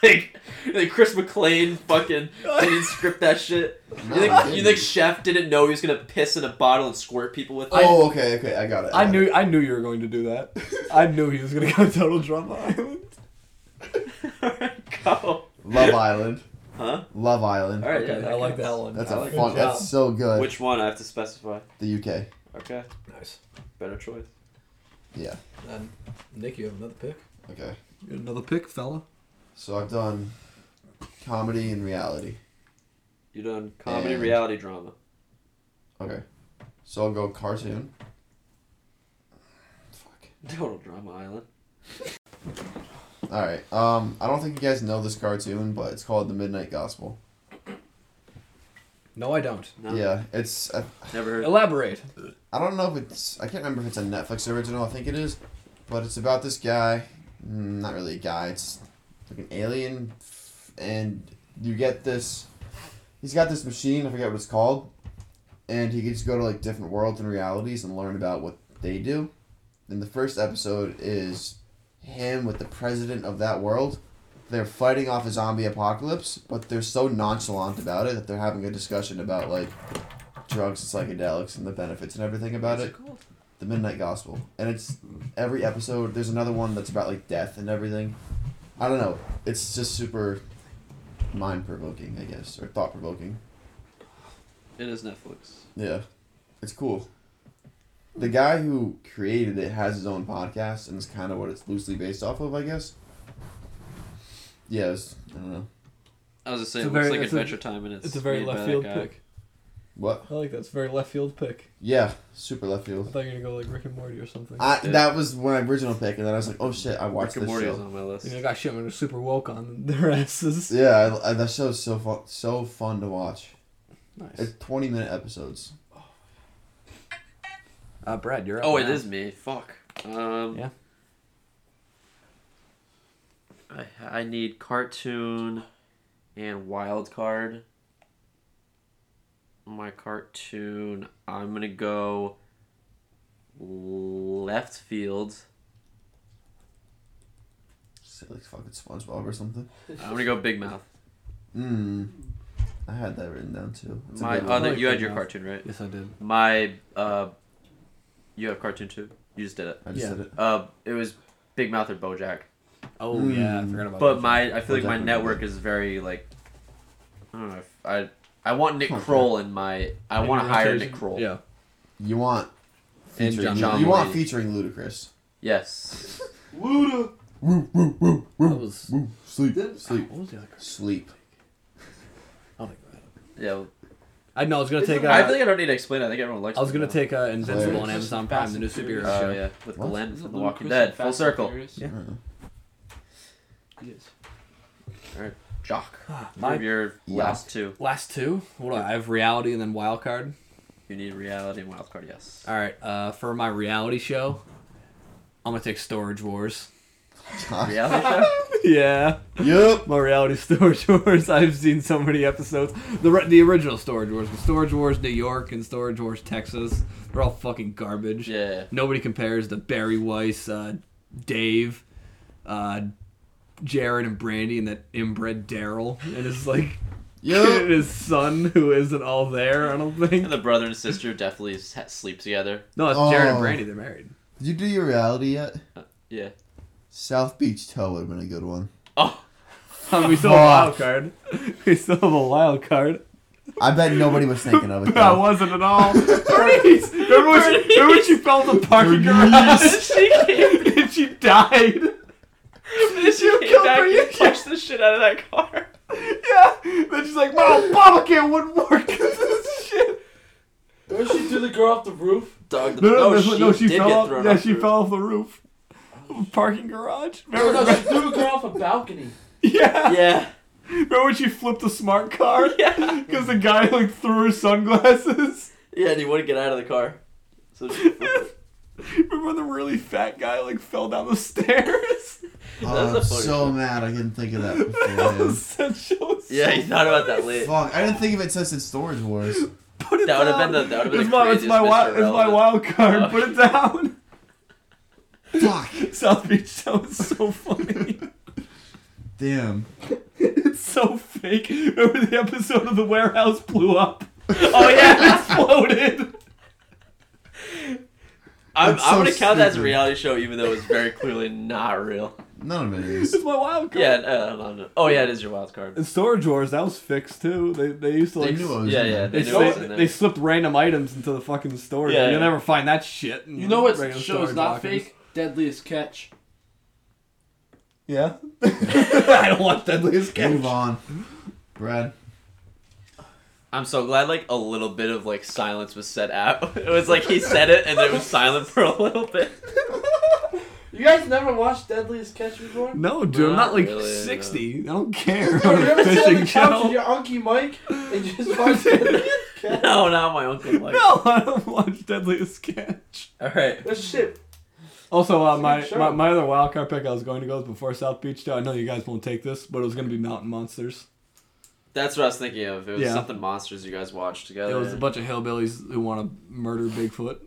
B: like, like Chris McClain fucking didn't script that shit. You
C: No, I
B: think,
C: didn't.
B: you think Chef didn't know he was gonna piss in a bottle and squirt people with it?
C: Oh, okay, okay, I got it.
A: I
C: got
A: knew. I knew you were going to do that. I knew he was going to go total drama island.
B: Alright, go.
C: it. Love Island.
B: Huh?
C: Love Island.
B: All right, yeah,
A: I like that one.
C: That's
A: I
C: a
A: like
C: fun.
A: good job.
C: That's so good.
B: Which one? I have to specify.
C: the UK.
B: Okay,
G: Nice.
B: better choice.
C: Yeah.
G: And Nick, you have another pick.
C: Okay.
A: Another pick, fella.
C: So I've done comedy and reality.
B: You done comedy,
C: And-
B: reality, drama.
C: Okay. So I'll go cartoon. Fuck.
B: Total drama island.
C: All right. Um, I don't think you guys know this cartoon, but it's called The Midnight Gospel.
G: No, I don't.
B: No,
C: Yeah, it's. I,
B: never heard.
G: Elaborate.
C: I don't know if it's. I can't remember if it's a Netflix original. I think it is, but it's about this guy. mm, Not really a guy. It's like an alien, and you get this. He's got this machine. I forget what it's called, and he gets to go to like different worlds and realities and learn about what they do. And the first episode is him with the president of that world. They're fighting off a zombie apocalypse, but they're so nonchalant about it that they're having a discussion about like drugs and psychedelics and the benefits and everything about it. The Midnight Gospel. And it's every episode there's another one that's about like death and everything. I don't know. It's just super mind provoking, I guess, or thought provoking.
B: It is Netflix.
C: Yeah. It's cool. The guy who created it has his own podcast and it's kind of what it's loosely based off of, I guess. Yeah, it's, I don't know.
B: I was just
A: It's
B: saying,
A: a
B: it looks
A: very-
B: like
A: it's a-
B: Adventure Time, and it's
A: It's a very
B: made by
A: left
B: that
A: field
B: guy.
A: pick.
C: What?
A: I like that. It's a very left field pick.
C: Yeah, super left
A: I
C: field.
A: thought you were gonna go like Rick and Morty or something.
C: I,
B: Yeah.
C: that was my original pick, and then I was like, oh shit, I watched
B: Rick and
C: this
B: Morty
C: show.
B: is on my list.
A: you know, I got shit when they're super woke on their asses.
C: Yeah, I, I, that show's so fun, so fun to watch.
A: Nice.
B: Uh,
C: It's twenty minute episodes.
A: Uh, Brad, you're. Up
B: Oh, it
A: now.
B: is me. Fuck. Um,
A: Yeah.
B: I I need cartoon, and wild card. My cartoon. I'm gonna go. Left field.
C: Say like fucking SpongeBob or something.
B: I'm gonna go Big Mouth.
F: Hmm.
C: Mm. I had that written down too. It's a
B: My
C: good one.
B: other,
A: like
B: you had
A: Big
B: your
A: Mouth.
B: cartoon right.
A: Yes, I did.
B: My uh, you have cartoon too. You just did it.
C: I just
A: yeah.
C: said it.
B: Uh, it was Big Mouth or BoJack.
A: Oh
C: Mm.
A: yeah, I forgot about
B: But
A: that.
B: my, I feel like my
C: BoJack Horseman.
B: network is very like, I don't know. If I I want Nick
F: Okay.
B: Kroll in my. I want to hire Nick Kroll.
A: Yeah.
F: You want
B: And
F: featuring,
B: John Mulaney.
F: you want featuring Ludacris.
B: Yes.
D: Luda.
F: Woo, woo, woo,
A: That was.
F: woo, sleep,
D: Did-
F: sleep,
A: What was the other?
F: sleep.
A: Oh my god.
B: Yeah. well,
A: I know. I was gonna
D: It's
A: take.
D: a-
A: Uh,
B: I
A: I,
B: feel like I don't need to explain. it. I think everyone likes.
A: was
B: it
A: gonna
B: now.
A: take uh, Invincible on
D: Hilarious.
A: Amazon Prime, the new
D: Fast and
A: superhero
B: Oh
A: show.
B: yeah, with
F: What?
B: Glenn from The
D: Ludacris
B: Walking
D: and
B: Dead.
D: Fast
B: Full
D: and
B: circle.
D: Furious?
A: Yeah.
F: Uh-huh.
D: He is.
B: Jock.
A: Ah, My-
B: Give your
F: Yeah.
B: last two.
A: Last two. What do I I have? Reality and then wild card.
B: You need reality and wild card. Yes.
A: All right. Uh, for my reality show, I'm gonna take Storage Wars.
B: Reality show.
A: yeah.
F: yep.
A: My reality Storage Wars. I've seen so many episodes. The ri- the original Storage Wars, but Storage Wars New York and Storage Wars Texas, they're all fucking garbage.
B: Yeah.
A: Nobody compares to Barry Weiss, uh, Dave, uh, Jared, and Brandy, and that inbred Daryl and his like and
F: Yep.
A: his son who isn't all there. I don't think.
B: And the brother and sister definitely s- sleep together.
A: No, it's Jared and
F: Oh.
A: Brandy. They're married.
F: Did you do your reality yet?
B: Yeah.
F: South Beach Toe would have been a good one.
B: Oh.
A: Um, we still have a wild card. We still have a wild card.
F: I bet nobody was thinking of it.
A: I
F: Though.
A: wasn't at all. Bernice, remember when she, remember when she fell in the parking garage?
B: she came.
A: and she died.
B: She
A: killed her, you-
B: Push the shit out of that car.
A: Yeah. Then she's like, my bottle can wouldn't work 'cause of this shit.
D: Did she do the girl off the roof?
B: Dog. The,
A: No, no, no,
B: Oh, she,
A: no, she
B: did
A: fell
B: get
A: off.
B: thrown
A: Yeah,
B: off
A: she
B: the
A: fell off the roof. of a Parking garage.
D: No,
A: Remember,
D: no, she threw a girl off a balcony.
A: yeah.
B: roof. Yeah.
A: Remember when she flipped a smart car?
B: Yeah.
A: Because the guy like threw her sunglasses.
B: Yeah, and he wouldn't get out of the car. So she flipped.
A: Remember when the really fat guy like fell down the stairs?
B: That's
F: Oh,
B: a
F: I'm
B: funny
F: so
B: show.
F: mad I didn't think of that
A: that was
F: beforehand.
A: such a
B: yeah, he thought about that later.
F: Fuck, I didn't think of it since it's Storage Wars.
A: Put it
B: That would've
A: down.
B: been the- that would've been
A: it's
B: the
A: my, it's my, wild,
B: craziest Mr.
A: it's my
B: Relevant.
A: wild card.
B: Oh.
A: Put it down.
F: Fuck.
A: South Beach, that was so funny.
F: Damn.
A: it's so fake. Remember the episode of the warehouse blew up? Oh yeah, it exploded.
B: I'm,
F: That's
B: I'm
F: so
B: gonna count that as a
F: stupid.
B: reality show, even though it's very clearly not real.
F: None of it
A: This
F: is.
A: is my wild card.
B: Yeah. Uh, no, no. Oh yeah, it is your wild card.
A: And storage drawers, that was fixed too. They, they used to
F: They
A: like
F: knew I was
B: Yeah,
F: in
B: yeah.
F: there.
B: They
A: They,
B: knew it was
A: sli-
B: in there.
A: they slipped random items into the fucking storage.
B: Yeah,
A: You'll
B: yeah.
A: never find that shit. in
D: You know what
A: regular
D: show is
A: storage
D: not
A: lockers.
D: fake? Deadliest Catch.
A: Yeah. I don't want Deadliest Catch.
F: Move on. Brad.
B: I'm so glad like a little bit of like silence was set out. It was like he said it and then it was silent for a little bit.
D: You guys never watched Deadliest Catch before?
A: No, dude, I'm
B: Not
A: not like
B: really,
A: 60. I don't care.
D: Yo,
A: I'm
D: you
A: a
D: ever sit on
A: fishing
D: the couch
A: show.
D: with your Unky Mike and just watch Deadliest Catch?
B: No, not my uncle. Mike.
A: No, I don't watch Deadliest Catch.
B: All right.
D: That shit.
A: Also, uh,
D: It's a
A: my,
D: good show.
A: my my other wild card pick I was going to go with before South Beach. Though I know you guys won't take this, but it was going to be Mountain Monsters.
B: That's what I was thinking of. It was
A: Yeah.
B: something monsters you guys watched
A: It
B: together.
A: was a bunch of hillbillies who want to murder Bigfoot.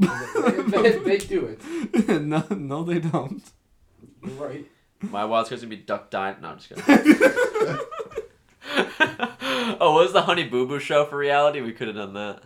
D: They, they do it.
A: no, no, they don't.
D: You're right.
B: my wild card's gonna be duck diet. No, I'm just kidding. oh, what was the Honey Boo Boo show for reality? We could have done that.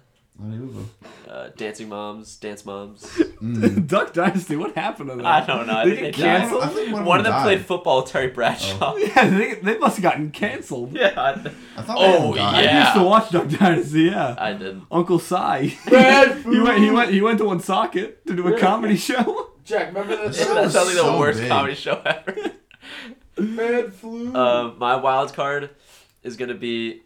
B: Uh, dancing moms, dance moms.
F: Mm.
A: Duck Dynasty. What happened to that?
B: I don't know. I
A: They get
B: think they died. Oh.
A: canceled.
F: I think
B: One,
F: one
B: of them
F: died.
B: played football. Terry Bradshaw.
A: Yeah, they, they must have gotten canceled.
B: yeah. I,
F: I thought one of them
B: oh
F: died.
A: I used to
B: yeah.
A: watch Duck Dynasty. Yeah,
B: I did.
A: Uncle Si.
D: Bad
A: he went. He
D: food.
A: went. He went to Woonsocket to do a
D: Really?
A: comedy show.
D: Jack, remember that
F: That
D: show?
B: That
F: was
B: sounds like the
F: so
B: worst
F: big.
B: comedy show ever.
D: Bad flu.
B: Um, my wild card is gonna be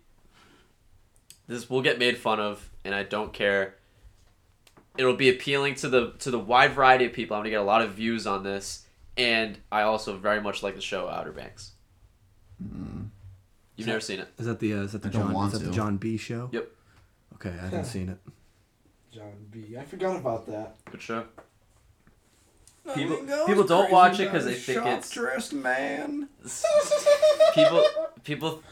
B: this will get made fun of, and I don't care. It'll be appealing to the to the wide variety of people. I'm gonna get a lot of views on this, and I also very much like the show Outer Banks. Mm. You've never seen it.
A: Is that the uh, is that the
F: I don't
A: John
F: want
A: is that the
F: to.
A: John B show?
B: Yep.
A: Okay, I haven't seen it.
D: John B. I forgot about that.
B: Good show. People, people don't watch it because they think it's
A: dressed man.
B: people people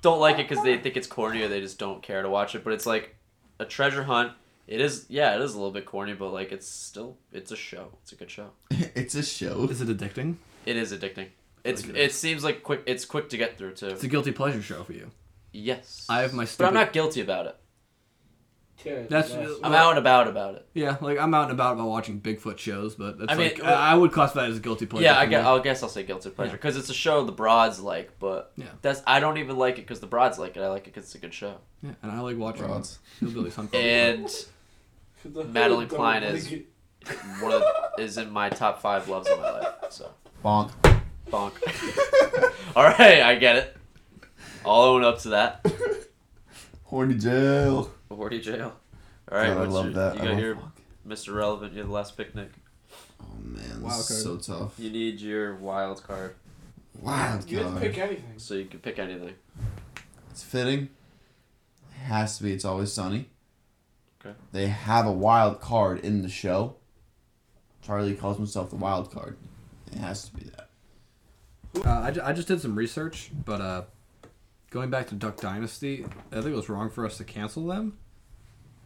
B: don't like it because they think it's corny or they just don't care to watch it. But it's like a treasure hunt. It is yeah, it is a little bit corny, but like it's still it's a show. It's a good show.
F: it's a show.
A: Is it addicting?
B: It is addicting. It's
A: like
B: it,
A: it
B: seems like quick. It's quick to get through too.
A: It's a guilty pleasure show for you.
B: yes,
A: I have my
B: But
A: stupid-
B: I'm not guilty about it.
D: Tear
A: That's-
D: it.
B: I'm out and about about it.
A: Yeah, like I'm out and about about watching Bigfoot shows, but that's
B: I mean,
A: like
B: uh,
A: I I would classify that as a guilty pleasure.
B: yeah, I uh,
A: for
B: guess,
A: me.
B: I'll guess I'll say guilty pleasure because it's a show the broads like, but
A: Yeah.
B: that's I don't even like it because the broads like it. I like it because it's a good show.
A: Yeah, and I like watching
C: Rods.
A: Hillbillies Hunt. for Bigfoot.
B: And Madeline Klein is- one of the, is in my top five loves of my life. So
C: Bonk.
B: bonk. All right, I get it. I'll own up to that.
C: Horny jail.
B: Horty jail. All right,
C: God, I
B: what's
C: love
B: your,
C: that.
B: You
C: I
B: got
C: love
B: your
C: bonk.
B: Mr. Relevant. You're the last picnic.
C: Oh man,
A: Wild
C: this is so
A: card.
C: tough.
B: You need your wild card,
C: Wild
D: You didn't
C: card.
D: pick anything.
B: so you can pick anything.
C: It's fitting. It has to be. It's always sunny.
B: Okay.
C: They have a wild card in the show. Charlie calls himself the wild card. It has to be that.
A: Uh, I, ju- I just did some research, but uh, going back to Duck Dynasty, I think it was wrong for us to cancel them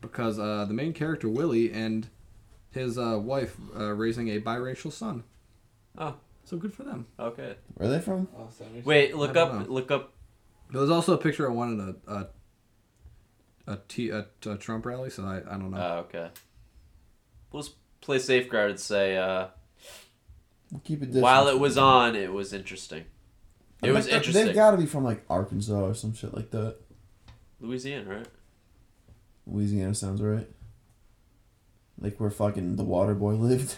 A: because uh, the main character Willie and his uh, wife uh, raising a biracial son.
B: Oh.
A: so good for them.
B: Okay.
C: Where are they from?
D: Oh, sorry.
B: Wait, look
A: I don't
B: up.
A: know.
B: Look up.
A: There was also a picture of one in a a, a, t- a, a Trump rally, so I, I don't know.
B: Oh, okay. We'll just play safeguard and say. uh
C: We'll keep it. Different.
B: While it was on, it was interesting. It
C: I
B: was
C: bet they're-
B: interesting.
C: They've got to be from like Arkansas or some shit like that.
B: Louisiana, right?
C: Louisiana sounds right. Like where fucking the water boy lived.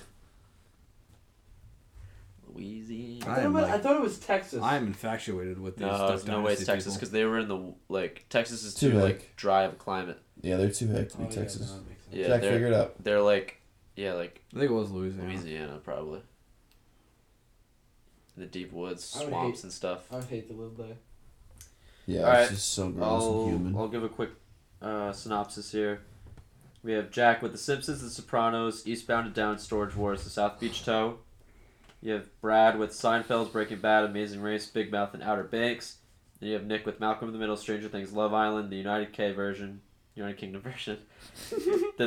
B: Louisiana.
A: I
D: I thought, it
A: am,
D: was, I
A: like-
D: thought it was Texas.
A: I'm infatuated with these.
B: No,
A: Duck
B: it's no way it's
A: Dynasty
B: Texas
A: people.
B: because they were in the like Texas is
C: Too
B: too like
C: big.
B: dry of a climate.
C: Yeah, they're too heck to
D: Oh,
C: be
D: yeah,
C: Texas.
D: no, that makes sense.
B: Yeah,
C: Jack,
B: they're
C: figure it out.
B: they're like yeah like
A: I think it was Louisiana.
B: Louisiana probably. In the deep woods,
D: I would
B: swamps
D: hate-
B: and stuff.
D: I would hate to live there.
C: Yeah,
B: All right.
C: it's just so gross and
B: I'll,
C: human.
B: I'll give a quick uh, synopsis here. We have Jack with The Simpsons, The Sopranos, Eastbound and Down, Storage Wars, The South Beach Tow. You have Brad with Seinfeld's Breaking Bad, Amazing Race, Big Mouth, and Outer Banks. Then you have Nick with Malcolm in the Middle, Stranger Things, Love Island, the United K version, United Kingdom version, The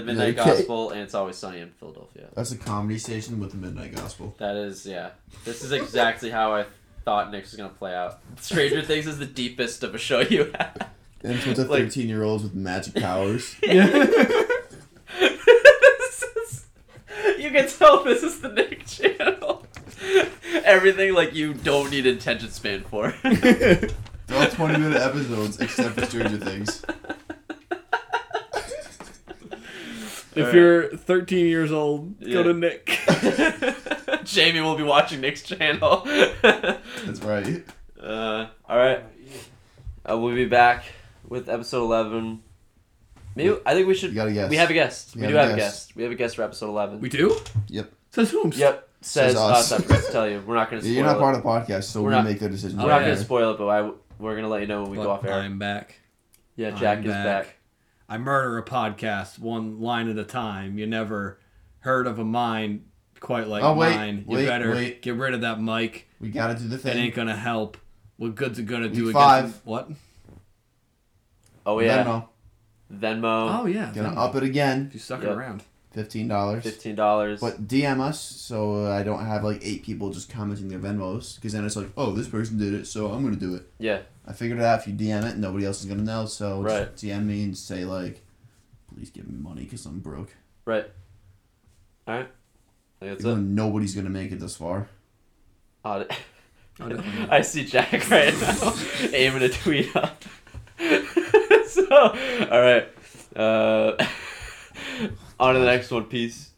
B: Midnight
C: United K.
B: Gospel, and It's Always Sunny in Philadelphia.
C: That's a comedy station with the Midnight Gospel.
B: That is, yeah. This is exactly how I thought Nick's was going to play out. Stranger Things is the deepest of a show you have.
C: And it's with the
B: Like-
C: 13 year olds with magic powers.
B: This is- you can tell this is the Nick channel. Everything like you don't need attention span for.
C: They're all 20 minute episodes except for Stranger Things.
B: If Alright.
I: you're 13 years old,
B: go Yeah. to
I: Nick.
B: Jamie will be watching Nick's channel.
C: That's right.
B: uh, all right, uh, we'll be back with episode eleven. Maybe I think we should.
C: You got a guess.
B: We have a guest. We,
C: You got
B: do
C: a
B: have a
C: guest.
B: guest. We have a guest for episode eleven.
A: We do?
C: Yep.
A: Says whom?
B: Yep, says,
C: Says us.
B: us. I forgot to tell you. We're not gonna. Spoil
C: You're not
B: it.
C: part of the podcast, so
B: We're
C: we
B: not-
C: make their decisions.
B: We're
A: Oh,
B: not
A: yeah.
B: gonna spoil it, but I, we're gonna let you know when we go off air.
A: I'm back.
B: yeah, Jack
A: I'm
B: is back.
A: I murder a podcast one line at a time. You never heard of a mind quite like
C: Oh, wait,
A: mine.
C: wait,
A: you better
C: wait.
A: get rid of that mic.
C: We gotta do the
A: It ain't
C: thing.
A: gonna help. What good's it gonna do against
C: Week five.
A: what?
B: Oh
C: I
B: yeah,
C: don't know.
B: Venmo,
A: Oh yeah.
C: Gonna
A: Venmo.
C: up it again.
A: If you suck
B: Yep.
A: it around.
C: $15.
B: fifteen dollars.
C: But DM us so uh, I don't have like eight people just commenting their Venmos because then it's like, oh, this person did it, so I'm gonna do it.
B: Yeah,
C: I figured it out. If you DM it, nobody else is gonna know. So
B: Right.
C: just DM me and say like, please give me money because I'm broke.
B: right. All right, I think that's
C: Even though
B: it.
C: nobody's gonna make it this far.
B: Audit.
A: Oh, definitely.
B: I see Jack right now aiming a tweet up. so, all right, uh, on to the next one. Peace.